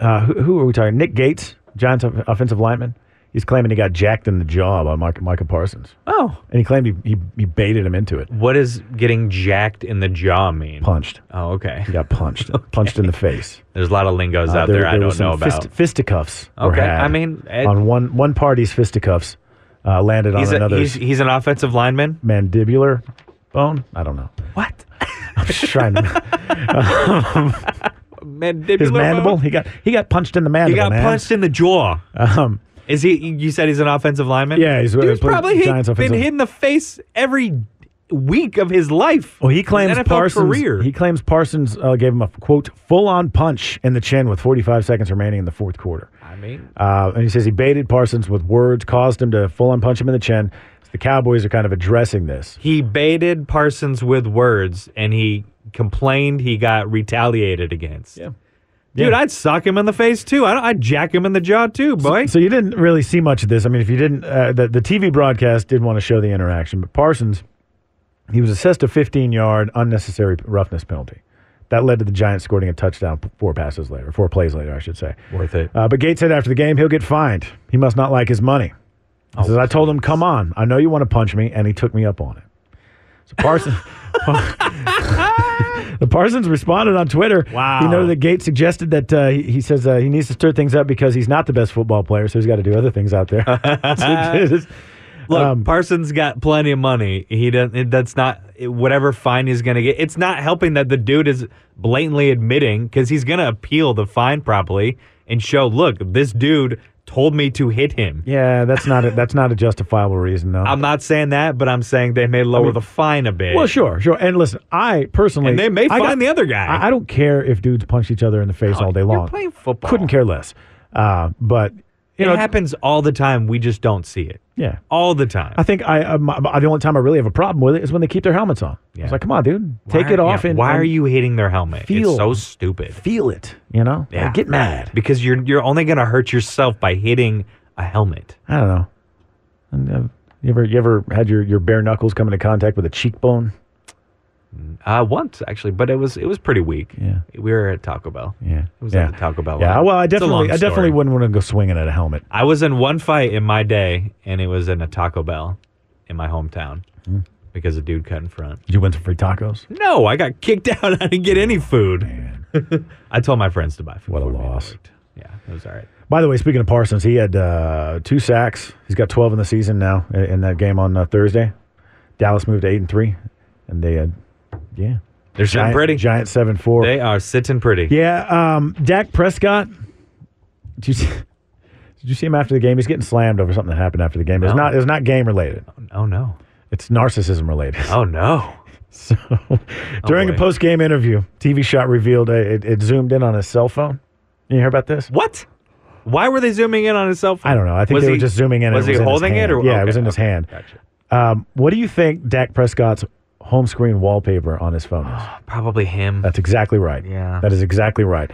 D: uh, who, who are we talking? Nick Gates, Giants off- offensive lineman. He's claiming he got jacked in the jaw by Mike, Micah Parsons,
E: oh,
D: and he claimed he, he he baited him into it,
E: what does getting jacked in the jaw mean?
D: punched.
E: Oh, okay.
D: He got punched, punched in the face.
E: There's a lot of lingos
D: Uh,
E: out there, I
D: were
E: don't know
D: some
E: about.
D: fist- fisticuffs. were
E: Okay,
D: had
E: I mean, it-
D: on one one party's fisticuffs uh, landed
E: he's,
D: on
E: a,
D: another's
E: he's he's an offensive lineman.
D: mandibular bone. I don't know.
E: What?
D: I'm just trying to.
E: Mandibular
D: His
E: bone?
D: mandible. He got he got punched in the
E: He
D: mandible.
E: got
D: man.
E: punched in the jaw.
D: Um,
E: Is he? You said he's an offensive lineman.
D: Yeah, he's- uh, played
E: Dude's probably hit-
D: Giants
E: been
D: offensive-
E: hit in the face every week of his life.
D: Well, Oh, he
E: His
D: claims
E: NFL
D: Parsons.
E: career.
D: He claims Parsons uh, gave him a quote full-on punch in the chin with 45 seconds remaining in the fourth quarter.
E: I mean,
D: Uh, and he says he baited Parsons with words, caused him to full-on punch him in the chin. So the Cowboys are kind of addressing this.
E: he baited Parsons with words, and he complained he got retaliated against.
D: Yeah.
E: Dude,
D: Yeah.
E: I'd sock him in the face too. I I'd jack him in the jaw too, boy.
D: So you didn't really see much of this. I mean, if you didn't, uh, the, the TV broadcast did want to show the interaction, but Parsons, he was assessed a 15 yard unnecessary roughness penalty. That led to the Giants scoring a touchdown p- four passes later, four plays later, I should say.
E: Worth it.
D: Uh, but Gates said after the game, he'll get fined. He must not like his money. He says, I told him, come on, I know you want to punch me, and he took me up on it. So Parsons. The Parsons responded on Twitter.
E: Wow.
D: He noted that Gates suggested that uh, he, he says uh, he needs to stir things up because he's not the best football player, so he's got to do other things out there. So it is-
E: Look,
D: um,
E: Parsons got plenty of money. He doesn't. It, that's not it- whatever fine he's gonna get. It's not helping that the dude is blatantly admitting because he's gonna appeal the fine properly and show. Look, this dude told me to hit him.
D: yeah, that's not a, that's not a justifiable reason, though.
E: I'm not saying that, but I'm saying they may lower the fine a bit.
D: well, sure, sure. And listen, I personally
E: And they may
D: I
E: find the other guy. Oh,
D: I, I don't care if dudes punch each other in the face all day
E: you're
D: long.
E: playing football.
D: Couldn't care less. Uh, but you
E: it
D: know,
E: happens all the time. We just don't see it
D: yeah.
E: all the time.
D: I think I uh, my, the only time I really have a problem with it is when they keep their helmets on.
E: Yeah.
D: It's like, come on, dude,
E: Why
D: take it
E: are-
D: off.
E: yeah,
D: and
E: why
D: and
E: are you hitting their helmet?
D: feel-
E: it's so stupid.
D: feel it? You know,
E: Yeah.
D: Like, get mad.
E: because you're you're only gonna hurt yourself by hitting a helmet.
D: I don't know. And, uh, You ever you ever had your, your bare knuckles come into contact with a cheekbone?
E: Uh, once actually, but it was it was pretty weak.
D: Yeah.
E: we were at Taco Bell.
D: Yeah,
E: it was
D: yeah.
E: at the Taco Bell.
D: Yeah,
E: line.
D: well, I
E: It's a long
D: definitely I
E: story.
D: definitely wouldn't want to go swinging at a helmet.
E: I was in one fight in my day, and it was in a Taco Bell in my hometown
D: Hmm.
E: because a dude cut in front.
D: Did you win some free tacos?
E: No, I got kicked out. I didn't get any food. I told my friends to buy food.
D: What a
E: for me. It
D: loss.
E: worked. Yeah, it was all right.
D: By the way, speaking of Parsons, he had uh, two sacks. He's got 12 in the season now i- in that game on uh, Thursday. Dallas moved to 8 and 3 and they had yeah.
E: They're sitting
D: Giant,
E: pretty.
D: Giant 7-4.
E: They are sitting pretty.
D: Yeah, um, Dak Prescott. Did you, see, did you see him after the game? He's getting slammed over something that happened after the game. It's
E: No.
D: not. It's not game related.
E: Oh no.
D: It's narcissism related.
E: Oh no.
D: So, during a
E: Oh, boy.
D: post game interview, TV shot revealed uh, it, it zoomed in on his cell phone. You hear about this?
E: What? Why were they zooming in on his cell phone?
D: I don't know. I think
E: Was
D: they were
E: he-
D: just zooming in. and
E: Was he
D: in his
E: holding it?
D: hand.
E: Or,
D: yeah,
E: okay,
D: it was in his
E: okay,
D: hand.
E: Gotcha.
D: Um, what do you think Dak Prescott's home screen wallpaper on his phone is?
E: Probably him.
D: That's exactly right.
E: Yeah.
D: that is exactly right.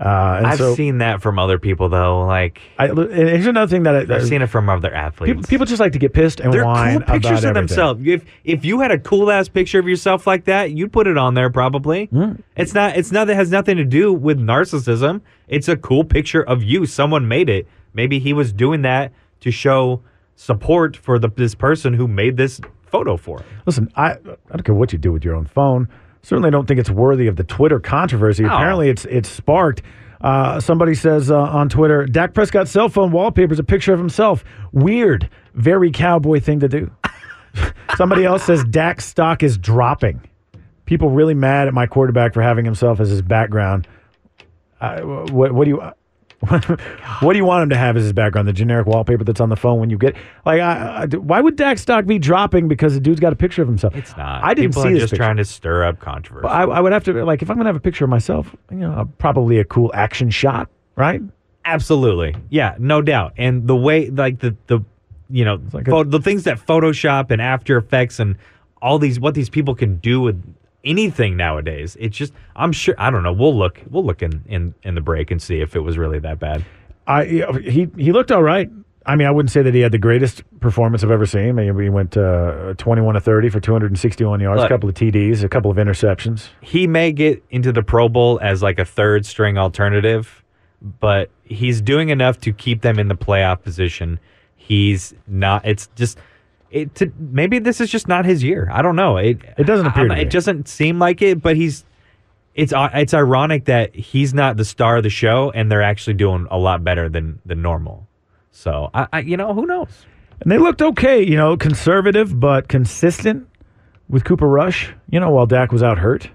D: Uh, and
E: I've
D: so
E: seen that from other people though. Like
D: I, and here's another thing that I,
E: I've seen it from other athletes.
D: People, people just like to get pissed and
E: They're
D: whine
E: cool
D: about
E: pictures
D: everything.
E: of themselves. If if you had a cool ass picture of yourself like that, you'd put it on there probably.
D: Hmm.
E: It's not it's not that has nothing to do with narcissism. It's a cool picture of you. Someone made it. Maybe he was doing that to show support for the this person who made this photo for him.
D: Listen, I I don't care what you do with your own phone. Certainly don't think it's worthy of the Twitter controversy. Apparently, it's it's sparked. Uh, somebody says uh, on Twitter, Dak Prescott's cell phone wallpaper is a picture of himself. Weird, very cowboy thing to do. Somebody else says Dak's stock is dropping. People really mad at my quarterback for having himself as his background. I- wh- what, what do you? what do you want him to have as his background? The generic wallpaper that's on the phone when you get like, I, I, why would Dak stock be dropping because the dude's got a picture of himself?
E: It's not.
D: I didn't
E: People
D: see
E: are
D: this
E: just
D: picture.
E: trying to stir up controversy.
D: I, I would have to like if I'm gonna have a picture of myself, you know, uh, probably a cool action shot, right?
E: Absolutely. Yeah, no doubt. And the way like the the you know
D: like
E: pho-
D: a-
E: the things that Photoshop and After Effects and all these what these people can do with anything nowadays. It's just I'm sure I don't know. We'll look we'll look in in, in the break and see if it was really that bad.
D: I he he looked all right. I mean, I wouldn't say that he had the greatest performance I've ever seen. I mean, he went uh, 21 to 30 for 261 yards, a
E: Look.
D: couple of TDs, a couple of interceptions.
E: He may get into the Pro Bowl as like a third string alternative, but he's doing enough to keep them in the playoff position. He's not it's just it to, maybe this is just not his year. I don't know. It
D: It doesn't appear
E: I'm-
D: to be.
E: it doesn't seem like it, but he's it's i- it's ironic that he's not the star of the show and they're actually doing a lot better than than normal. So I, I you know who knows.
D: And they looked okay, you know, conservative but consistent with Cooper Rush, you know, while Dak was out hurt.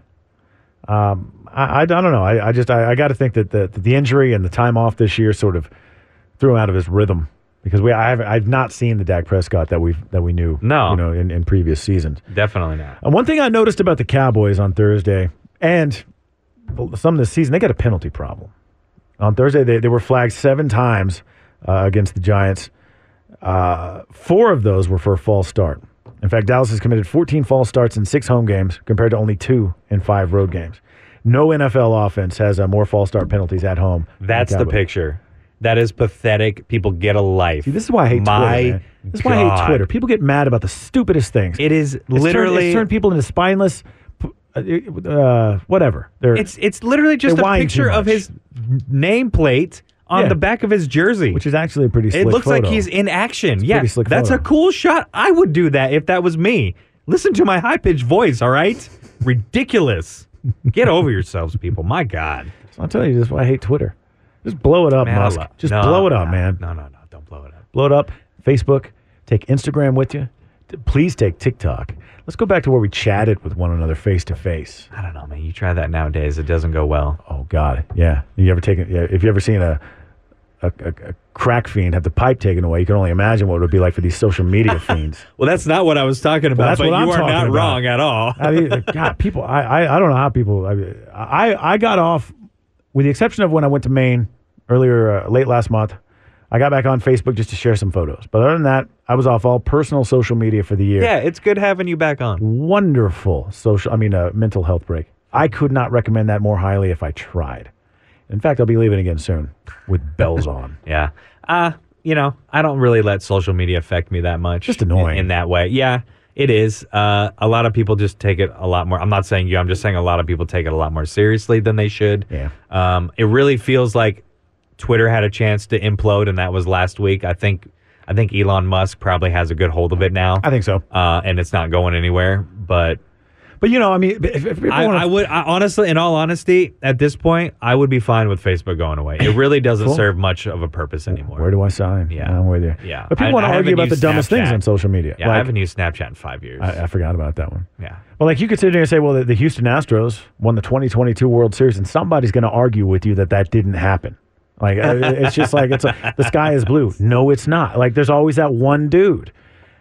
D: Um, I, I, I don't know. I, I just, I, I got to think that the, that the injury and the time off this year sort of threw him out of his rhythm because we, I have, I've not seen the Dak Prescott that we've, that we knew,
E: No.
D: you know, in, in previous seasons.
E: Definitely not.
D: And Uh, one thing I noticed about the Cowboys on Thursday and some this season, they got a penalty problem. On Thursday, they, they were flagged seven times uh, against the Giants. Uh, four of those were for a false start. In fact, Dallas has committed 14 false starts in six home games compared to only two in five road games. No NFL offense has uh, more false start penalties at home. than
E: That's the
D: Cowboys.
E: picture. That is pathetic. People get a life.
D: This is why I hate
E: My
D: Twitter. man. This is why I hate
E: God.
D: Twitter. People get mad about the stupidest things.
E: It is
D: It's turned-
E: literally
D: it's turned people into spineless, p- uh, uh, whatever. They're,
E: It's it's literally just
D: They
E: a
D: whine too
E: picture of
D: much.
E: his nameplate on
D: Yeah.
E: the back of his jersey.
D: which is actually a pretty. Slick
E: it looks like
D: photo.
E: he's in action. yeah,
D: pretty slick
E: that's
D: photo.
E: a cool shot. I would do that if that was me. Listen to my high pitched voice. All right, ridiculous. Get over yourselves, people. My God,
D: I'll tell you, this is why I hate Twitter. Just blow it up,
E: Man, I
D: Musk.
E: lo-
D: Just
E: No,
D: blow it up,
E: no,
D: man.
E: No, no, no, don't blow it up.
D: Blow it up. Facebook. Take Instagram with you. T- Please take TikTok. Let's go back to where we chatted with one another face to face.
E: I don't know, man. You try that nowadays, it doesn't go well.
D: Oh God, yeah. You ever taken? Yeah, if you ever seen a a, a a crack fiend have the pipe taken away, you can only imagine what it would be like for these social media fiends.
E: Well, that's not what I was talking about.
D: that's
E: but
D: what I'm
E: you are
D: talking
E: not
D: about.
E: wrong at all.
D: I mean, God, people. I, I, I don't know how people. I, mean, I, I got off, with the exception of when I went to Maine earlier, uh, late last month. I got back on Facebook just to share some photos. But other than that, I was off all personal social media for the year.
E: Yeah, it's good having you back on.
D: Wonderful social. I mean, uh, mental health break. I could not recommend that more highly if I tried. In fact, I'll be leaving again soon with bells on.
E: Yeah. Uh, you know, I don't really let social media affect me that much.
D: Just annoying.
E: In, in that way. Yeah, it is. Uh, a lot of people just take it a lot more. I'm not saying you, I'm just saying a lot of people take it a lot more seriously than they should.
D: Yeah.
E: Um, it really feels like Twitter had a chance to implode, and that was last week. I think. I think Elon Musk probably has a good hold of it now,
D: I think so.
E: uh, and it's not going anywhere. But
D: But you know, I mean, if, if people
E: I,
D: wanna-
E: I would I, honestly, in all honesty, at this point, I would be fine with Facebook going away. It really doesn't
D: Cool.
E: serve much of a purpose anymore.
D: where do I sign?
E: Yeah.
D: I'm with you.
E: Yeah.
D: But people
E: I-
D: want
E: I
D: to argue
E: haven't
D: about the
E: used
D: dumbest things
E: Snapchat.
D: on social media.
E: yeah, I
D: Like,
E: haven't used Snapchat in five years.
D: I, I forgot about that one.
E: yeah,
D: Well, like you could sit there and say, well, the, the Houston Astros won the 2022 World Series, and somebody's going to argue with you that that didn't happen. Like uh, it's just like it's like, the sky is blue. No, it's not. Like there's always that one dude.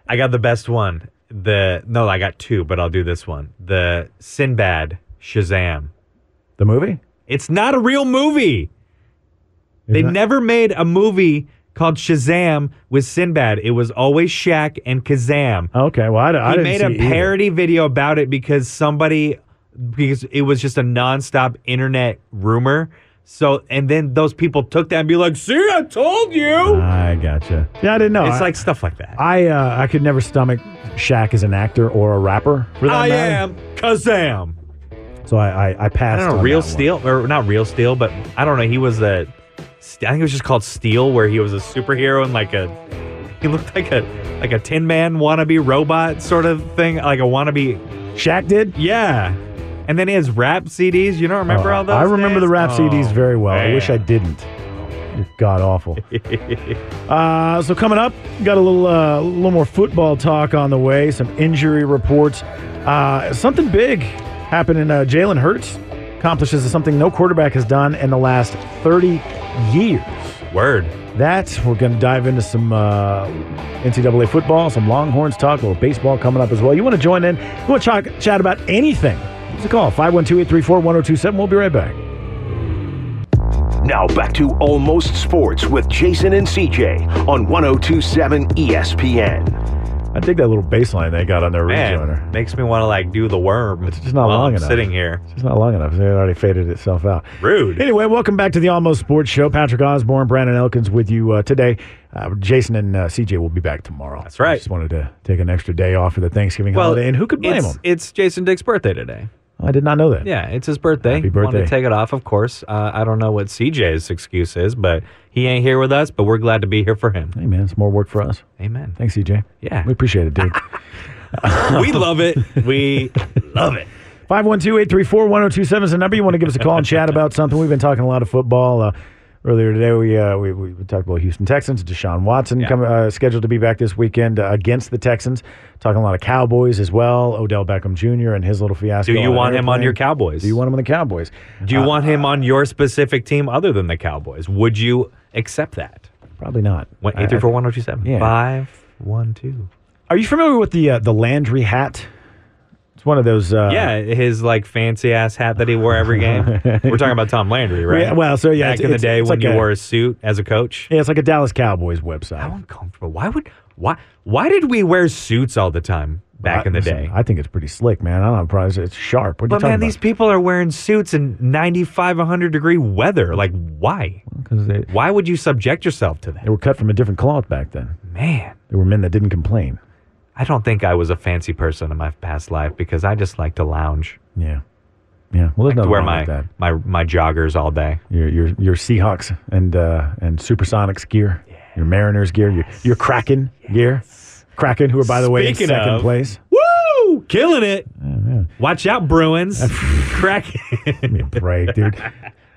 E: I got the best one. The no, I got two, but I'll do this one. The Sinbad Shazam.
D: The movie.
E: It's not a real movie. They
D: Isn't it?
E: never made a movie called Shazam with Sinbad. It was always Shaq and Kazam.
D: Okay. Well, I, d- I
E: he
D: didn't
E: made
D: see
E: a
D: either.
E: parody video about it because somebody because it was just a nonstop internet rumor. So and then those people took that and be like, "See, I told you."
D: I gotcha. Yeah, I didn't know.
E: it's
D: Uh, I,
E: like stuff like that.
D: I
E: I,
D: uh, I could never stomach Shaq as an actor or a rapper. For that matter.
E: am Kazam.
D: So I I, I
E: I
D: passed.
E: don't know,
D: on
E: Real
D: that one.
E: Steel or not Real Steel, but I don't know. He was a, st- I think it was just called Steel, where he was a superhero and like a, he looked like a like a Tin Man wannabe robot sort of thing, like a wannabe
D: Shaq did.
E: Yeah. And then his rap CDs. You don't remember
D: Oh,
E: all those?
D: I remember the
E: days?
D: rap
E: Oh,
D: CDs very well. I wish I
E: man.
D: didn't. god awful. uh, so coming up, got a little uh, little more football talk on the way. Some injury reports. Uh, something big happened in uh, Jalen Hurts accomplishes something no quarterback has done in the last 30 years.
E: Word.
D: That we're going to dive into some uh, NCAA football, some Longhorns talk, a little baseball coming up as well. You want to join in? You want to talk, chat about anything? Give us a call 512-834-1027. We'll be right back.
C: Now back to Almost Sports with Jason and CJ on 1027 ESPN.
D: I dig that little baseline they got on their rejoiner.
E: Man, makes me want to like do the worm. It's
D: just not long enough.
E: Sitting here,
D: It's not long enough. It already faded itself out.
E: rude.
D: Anyway, welcome back to the Almost Sports Show. Patrick Osborne, Brandon Elkins with you uh, today. Uh, Jason and uh, CJ will be back tomorrow.
E: That's right.
D: I just wanted to take an extra day off for the Thanksgiving holiday, and who could blame
E: it's,
D: them?
E: It's Jason Dick's birthday today.
D: I did not know that.
E: Yeah, it's his birthday.
D: Happy
E: Wanted
D: birthday.
E: to take it off, of course. Uh, I don't know what CJ's excuse is, but he ain't here with us. But we're glad to be here for him.
D: Hey, man, it's more work for us.
E: Amen.
D: Thanks, CJ.
E: Yeah.
D: We appreciate it, dude.
E: we love it. We love it.
D: 512-834-1027 is the number you want to give us a call and chat about something. We've been talking a lot of football. Uh, earlier today, we, uh, we we talked about Houston Texans. Deshaun Watson
E: Yeah.
D: come, uh, scheduled to be back this weekend uh, against the Texans. Talking a lot of Cowboys as well. Odell Beckham Jr. and his little fiasco.
E: Do you
D: an
E: want him on
D: airplane.
E: your Cowboys?
D: Do you want him on the Cowboys? Uh,
E: Do you want him on your specific team other than the Cowboys? Would you accept that?
D: Probably not.
E: One
D: I-
E: eight three four one zero two seven
D: Yeah.
E: five one two.
D: I- Are you familiar with the uh, the Landry hat? It's one of those. Uh,
E: Yeah, his like fancy ass hat that he wore every game. We're talking about Tom Landry, right?
D: Yeah, well, so, yeah,
E: back
D: it's-
E: in the
D: it's-
E: day
D: it's
E: when
D: like
E: you
D: a-
E: wore a suit as a coach.
D: Yeah, it's like a Dallas Cowboys website.
E: How uncomfortable. Why would why why did we wear suits all the time back
D: I-
E: in the
D: listen,
E: day?
D: I think it's pretty slick, man. I don't have problems. It's sharp. What are you
E: but
D: talking
E: man,
D: about?
E: these people are wearing suits in 95, 100 degree weather. Like, why?
D: 'Cause they,
E: Why would you subject yourself to that?
D: they were cut from a different cloth back then.
E: Man.
D: There were men that didn't complain.
E: I don't think I was a fancy person in my past life because I just like to lounge,
D: Yeah, yeah. Well, there's
E: to
D: nothing
E: wear
D: wrong
E: my,
D: with that.
E: my my joggers all day.
D: Your your your Seahawks and uh, and Supersonics gear, your Mariners gear, your your Kraken gear, Kraken, who are by the way in
E: Speaking
D: second
E: of-
D: place.
E: Woo! Killing it. Watch out, Bruins. Crack.
D: Give me a break, dude.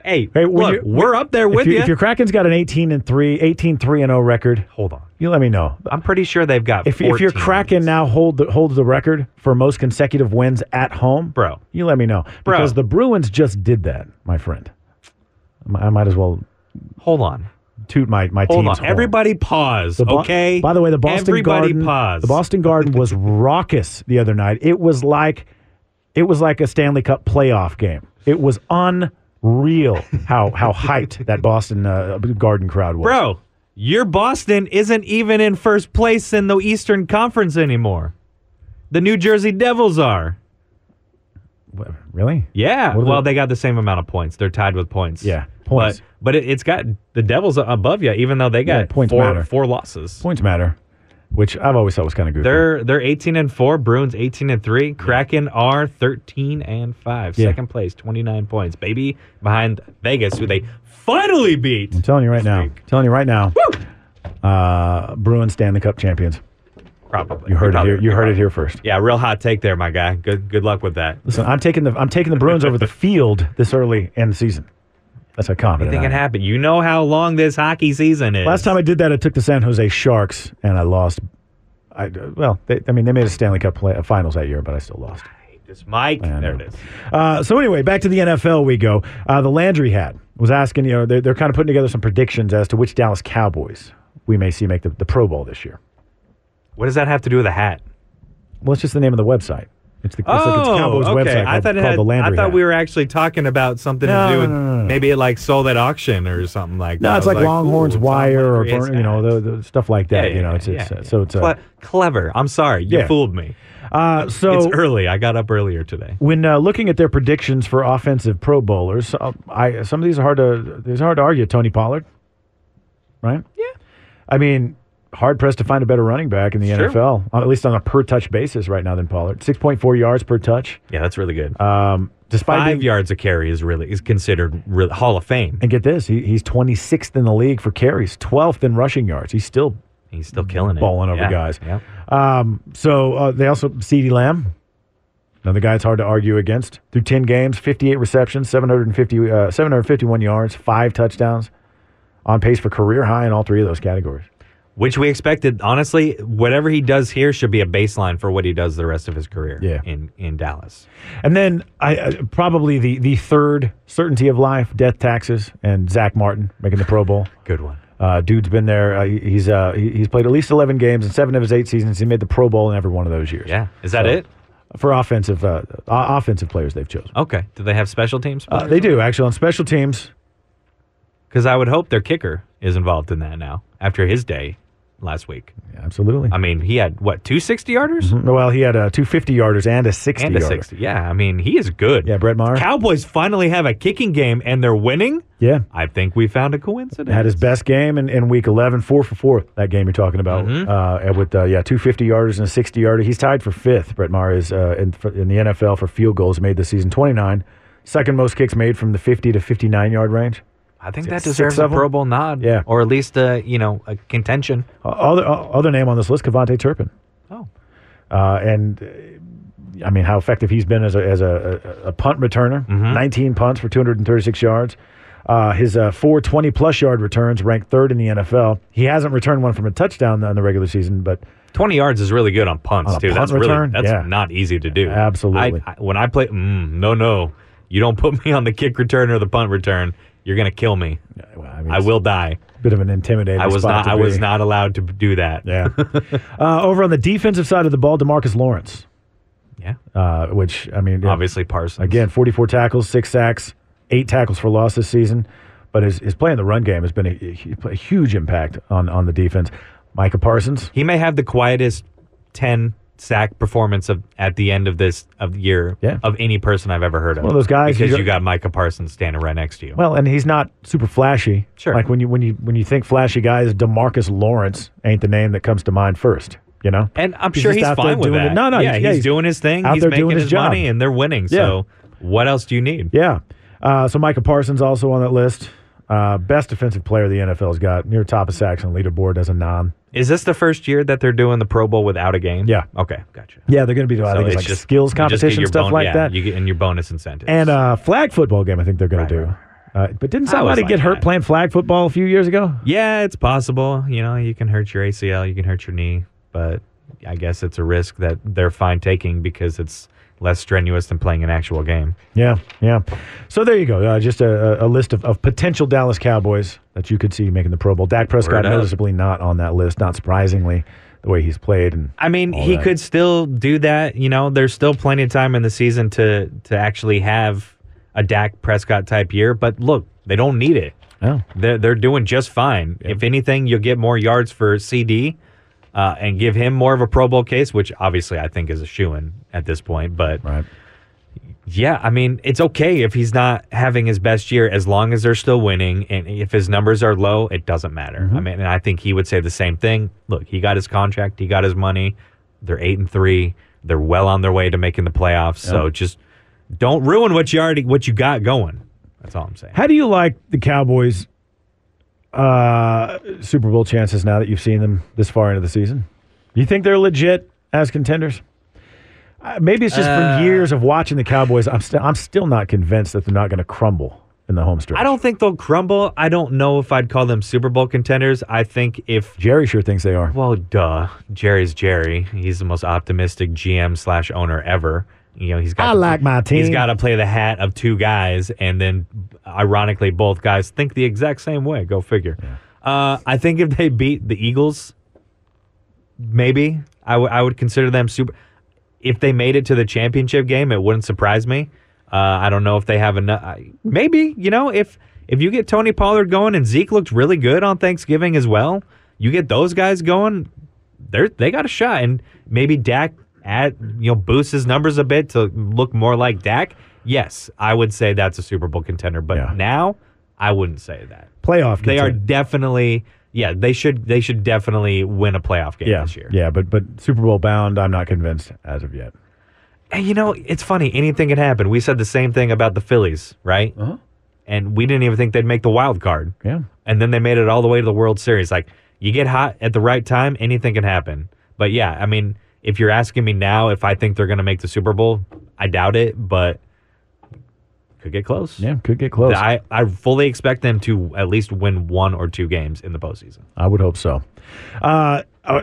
E: hey,
D: Hey, when
E: look,
D: you-
E: we're up there
D: if,
E: with
D: you,
E: you.
D: if your Kraken's got an 18 and 3, 18 3 and 0 record,
E: Hold on.
D: you let me know.
E: I'm pretty sure they've got.
D: If if your
E: 14
D: Kraken
E: wins.
D: now hold the, holds the record for most consecutive wins at home,
E: Bro.
D: you let me know
E: Bro.
D: because the Bruins just did that, my friend. I might as well
E: Hold on.
D: toot my my
E: Hold
D: team's
E: on.
D: horn.
E: Everybody pause.
D: The Bo-
E: okay.
D: By the way, the Boston
E: Everybody
D: Garden,
E: pause.
D: the Boston Garden was raucous the other night. It was like, it was like a Stanley Cup playoff game. It was unreal how how hyped that Boston uh, Garden crowd was.
E: Bro, your Boston isn't even in first place in the Eastern Conference anymore. The New Jersey Devils are.
D: Wha- really?
E: Yeah.
D: What are
E: Well,
D: the-
E: they got the same amount of points. They're tied with points.
D: Yeah, points.
E: But, but it, it's got the Devils above you, even though they got
D: Yeah, points matter.
E: four, four losses.
D: Points matter, which I've always thought was kind of goofy.
E: They're they're 18 and four. Bruins 18 and three. Kraken are 13 and five.
D: Yeah.
E: Second place, 29 points, baby, behind Vegas, who they finally beat.
D: I'm telling you right now. telling you right now. Uh, Bruins Stanley Cup champions.
E: Probably.
D: You heard it
E: probably-
D: here. You
E: you're
D: heard it
E: probably-
D: here first.
E: Yeah, real hot take there, my guy. Good good luck with that.
D: Listen, I'm taking the I'm taking the Bruins over the field this early in the season. That's how confident
E: Anything
D: I am.
E: can happen. You know how long this hockey season is.
D: Last time I did that, I took the San Jose Sharks and I lost. I well, they, I mean, they made a Stanley Cup play, uh, finals that year, but I still lost.
E: This Mike.
D: I
E: There
D: know.
E: it is.
D: Uh, so anyway, back to the NFL we go. Uh, the Landry hat was asking, you know, they're, they're kind of putting together some predictions as to which Dallas Cowboys we may see make the, the Pro Bowl this year.
E: What does that have to do with a hat?
D: Well, it's just the name of the website. It's the it's like it's Cowboys website
E: Oh, I
D: called,
E: thought, it
D: called
E: had,
D: the Landry.
E: I thought
D: hat.
E: we were actually talking about something
D: No,
E: to do
D: no,
E: with
D: no, no, no.
E: maybe it like sold at auction or something like that.
D: No,
E: I
D: it's
E: was
D: like,
E: ooh,
D: Longhorns
E: Tom
D: Wire or
E: Landry has
D: you know
E: hats.
D: the, the stuff like that.
E: Yeah,
D: you know,
E: yeah,
D: it's it's
E: yeah,
D: uh, so it's uh,
E: Cle- clever. I'm sorry, you
D: Yeah.
E: fooled me.
D: uh, so
E: it's early. I got up earlier today.
D: when uh, looking at their predictions for offensive Pro Bowlers, uh, I some of these are hard to these are hard to argue. Tony Pollard, right? Yeah. I mean, hard pressed to find a better running back in the
E: Sure.
D: NFL, uh, at least on a per touch basis right now than Pollard. Six point four yards per touch,
E: Yeah, that's really good.
D: um, despite
E: Uh, Five
D: being,
E: yards a carry is really is considered really, Hall of Fame.
D: and get this, he, he's twenty sixth in the league for carries, twelfth in rushing yards. He's still
E: He's still killing it,
D: Balling over
E: Yeah,
D: guys.
E: Yeah.
D: um, so uh, they also Ceedee Lamb. Another guy it's hard to argue against. Through 10 games, 58 receptions, 750, uh, 751 yards, five touchdowns. on pace for career high in all three of those categories.
E: which we expected. Honestly, whatever he does here should be a baseline for what he does the rest of his career
D: Yeah.
E: in, in Dallas.
D: And then I, I probably the the third certainty of life, death, taxes, and Zach Martin making the Pro Bowl.
E: Good one.
D: Uh, dude's been there. Uh, he- he's uh, he- he's played at least eleven games in seven of his eight seasons. He made the Pro Bowl in every one of those years.
E: Yeah. Is that it?
D: for offensive uh, o- offensive players they've chosen.
E: Okay. Do they have special teams?
D: Uh, they do actually on special teams.
E: Because I would hope their kicker is involved in that now after his day last week.
D: Yeah, absolutely.
E: I mean, he had what, two 60 yarders?
D: well, he had uh, two fifty yarders and a sixty.
E: And a
D: yarder.
E: 60. Yeah. I mean, he is good.
D: Yeah, Brett Maher.
E: Cowboys finally have a kicking game and they're winning.
D: Yeah.
E: I think we found a coincidence.
D: Had his best game in, in week 11, four for four, that game you're talking about.
E: Mm-hmm.
D: Uh, and with, uh, yeah, two 50 yarders and a 60 yarder. He's tied for fifth, Brett Maher is uh, in, for- in the NFL for field goals made this season 29. Second most kicks made from the 50 to 59 yard range.
E: I
D: Is
E: think
D: it
E: that
D: six
E: deserves a
D: of 'em?
E: Pro Bowl nod.
D: Yeah.
E: Or at least a, you know, a contention.
D: Uh, Other, uh, other name on this list, Cavante Turpin.
E: Oh.
D: Uh, and, uh, I mean, how effective he's been as a, as a, a, a punt returner
E: Mm-hmm.
D: 19 punts for 236 yards. Uh, his uh, four 20 plus yard returns ranked third in the NFL. He hasn't returned one from a touchdown in the regular season, but
E: 20 yards is really good on punts
D: On a
E: too.
D: punt
E: that's
D: return?
E: really that's
D: Yeah.
E: not easy to do.
D: Absolutely.
E: I, I, when I play, mm, no, no, you don't put me on the kick return or the punt return. You're gonna kill me.
D: Well, I, mean,
E: I
D: it's
E: will die.
D: A bit of an intimidating.
E: I was
D: spot to
E: not. I was
D: be.
E: not allowed to do that.
D: Yeah. uh, over on the defensive side of the ball, Demarcus Lawrence,
E: Yeah.
D: uh, which I mean, yeah,
E: Obviously, Parsons.
D: again, forty-four tackles, six sacks, eight tackles for loss this season, but his, his play in the run game has been a, a hu- a huge impact on on the defense. Micah Parsons,
E: he may have the quietest 10 sack performance of at the end of this of the year
D: Yeah.
E: of any person I've ever heard of.
D: one of those guys you
E: because
D: don't-
E: you got Micah Parsons standing right next to you.
D: well, and he's not super flashy.
E: Sure.
D: Like when you when you when you think flashy guys, Demarcus Lawrence ain't the name that comes to mind first. You know,
E: and I'm
D: he's
E: sure
D: just
E: he's
D: out there
E: fine with
D: doing it.
E: that.
D: No, no,
E: yeah,
D: he's-
E: he's,
D: yeah, he's
E: doing his thing.
D: out
E: He's
D: there
E: making
D: doing his
E: his,
D: job.
E: money, and they're winning. So what else do you need?
D: Yeah. Uh, so Micah Parsons also on that list. Uh, best defensive player the NFL's got near top of sacks on leaderboard as a non.
E: Is this the first year that they're doing the Pro Bowl without a game?
D: Yeah.
E: Okay, gotcha.
D: Yeah, they're going to be. I think it's, like skills
E: you just get
D: competition
E: your
D: stuff
E: bon-
D: like
E: yeah,
D: that,
E: You get in your bonus incentives.
D: and uh, flag football game. I think they're going
E: Right,
D: to do.
E: right,
D: Uh, but didn't
E: I always
D: somebody
E: like
D: get hurt
E: that.
D: playing flag football a few years ago?
E: yeah, it's possible. You know, you can hurt your ACL, you can hurt your knee, but I guess it's a risk that they're fine taking because it's less strenuous than playing an actual game.
D: Yeah, yeah. So there you go. Uh, just a, a- a list of, of potential Dallas Cowboys that you could see making the Pro Bowl. Dak Prescott
E: Word up.
D: noticeably not on that list. Not surprisingly, the way he's played and
E: I mean,
D: All
E: he
D: that.
E: could still do that. You know, there's still plenty of time in the season to to actually have a Dak Prescott type year. But look, they don't need it.
D: oh,
E: They're they're doing just fine. If anything, you'll get more yards for CD, uh, and give him more of a Pro Bowl case, which obviously I think is a shoe in at this point. But
D: right.
E: yeah, I mean, it's okay if he's not having his best year as long as they're still winning. And if his numbers are low, it doesn't matter. I mean, and I think he would say the same thing. Look, he got his contract, he got his money. They're eight and three. They're well on their way to making the playoffs. So just don't ruin what you already what you got going. That's all I'm saying.
D: How do you like the Cowboys' uh, Super Bowl chances now that you've seen them this far into the season? You think they're legit as contenders? Uh, maybe it's just from years of watching the Cowboys. I'm still I'm still not convinced that they're not going to crumble in the home stretch.
E: I don't think they'll crumble. I don't know if I'd call them Super Bowl contenders. I think if
D: Jerry sure thinks they are.
E: Well, duh. Jerry's Jerry. He's the most optimistic GM slash owner ever. You know, he's got.
D: I like my team.
E: He's got to play the hat of two guys, and then, ironically, both guys think the exact same way. Go figure. Uh, I think if they beat the Eagles, maybe I would I would consider them super. If they made it to the championship game, it wouldn't surprise me. Uh, I don't know if they have enough. Maybe you know if if you get Tony Pollard going and Zeke looked really good on Thanksgiving as well, you get those guys going. They they got a shot, and maybe Dak add you know boosts his numbers a bit to look more like Dak. Yes, I would say that's a Super Bowl contender, but
D: Yeah.
E: now I wouldn't say that
D: Playoff.
E: they are
D: contend-
E: definitely yeah they should they should definitely win a playoff game
D: Yeah,
E: this year
D: yeah, but but Super Bowl bound. I'm not convinced as of yet.
E: and you know it's funny anything can happen we said the same thing about the phillies right uh-huh. and we didn't even think they'd make the wild card
D: Yeah.
E: and then they made it all the way to the world series like you get hot at the right time anything can happen but yeah i mean if you're asking me now if i think they're going to make the super bowl i doubt it but could get close.
D: Yeah, could get close.
E: I, I fully expect them to at least win one or two games in the postseason.
D: I would hope so. Uh, uh,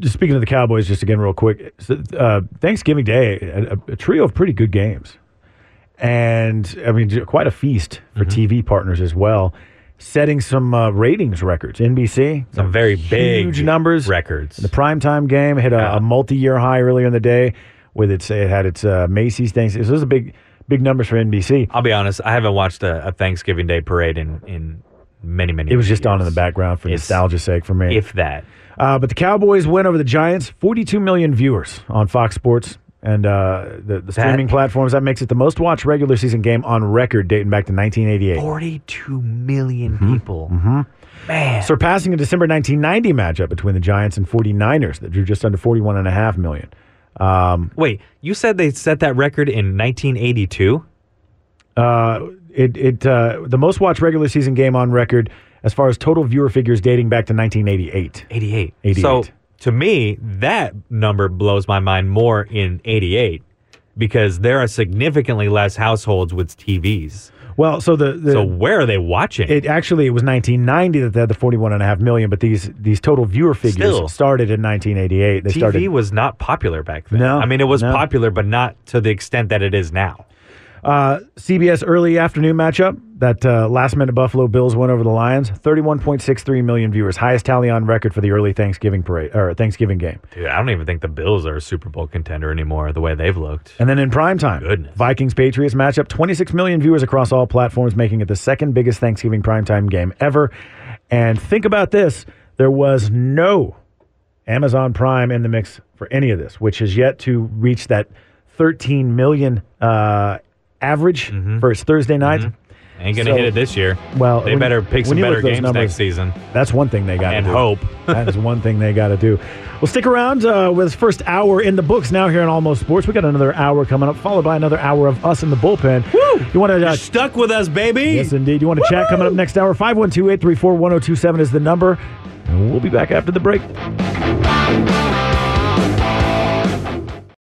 D: just speaking of the Cowboys, just again, real quick. so, Uh, Thanksgiving Day, a, a- a trio of pretty good games, and I mean, j- quite a feast for
E: Mm-hmm.
D: TV partners as well, setting some uh, ratings records. NBC,
E: Some very big
D: huge numbers.
E: records.
D: The primetime game hit a,
E: Yeah.
D: a multi-year high earlier in the day with its. It had its uh, Macy's things. This was a big, big numbers for NBC.
E: I'll be honest, I haven't watched a, a Thanksgiving Day parade in in many many.
D: It was just on in the
E: years.
D: background for
E: It's-
D: nostalgia's sake for me.
E: if that.
D: Uh, but the Cowboys win over the Giants. 42 million viewers on Fox Sports and uh, the, the streaming platforms. That makes it the most watched regular season game on record dating back to 1988,
E: Forty-two million
D: Mm-hmm.
E: people. Man,
D: surpassing a December 1990 matchup between the Giants and 49ers that drew just under 41.5 million.
E: wait, you said they set that record in 1982?
D: Uh, it it uh, the most watched regular season game on record as far as total viewer figures dating back to 1988.
E: 88.
D: 88.
E: So to me, that number blows my mind more in 88 because there are significantly less households with TVs.
D: Well, so the, the
E: So where are they watching?
D: It actually it was 1990 that they had the 41 and a half million, but these these total viewer figures
E: Still.
D: started in 1988. They
E: TV
D: started.
E: was not popular back then.
D: No,
E: I mean, it was
D: no.
E: popular, but not to the extent that it is now.
D: Uh, CBS early afternoon matchup that uh, last minute Buffalo Bills won over the Lions. 31.63 million viewers, highest tally on record for the early Thanksgiving parade or Thanksgiving game.
E: Dude, I don't even think the Bills are a Super Bowl contender anymore the way they've looked.
D: And then in primetime,
E: Goodness.
D: Vikings Patriots matchup, 26 million viewers across all platforms, making it the second biggest Thanksgiving primetime game ever. And think about this there was no Amazon Prime in the mix for any of this, which has yet to reach that 13 million uh, average
E: Mm-hmm.
D: for its Thursday night.
E: Ain't going to
D: So-
E: hit it this year.
D: Well,
E: they
D: when-
E: better
D: when
E: pick some
D: you look
E: better
D: at those
E: games
D: numbers,
E: next season
D: That's one thing they got
E: and
D: to do.
E: hope.
D: that is one thing they got to do. Well, stick around uh, with this first hour in the books now here on Almost Sports. We got another hour coming up, followed by another hour of us in the bullpen. Woo! You want to uh,
E: Stuck with us, baby.
D: Yes, indeed. You want to chat coming up next hour? oh 512 834 1027 is the number. And we'll be back after the break.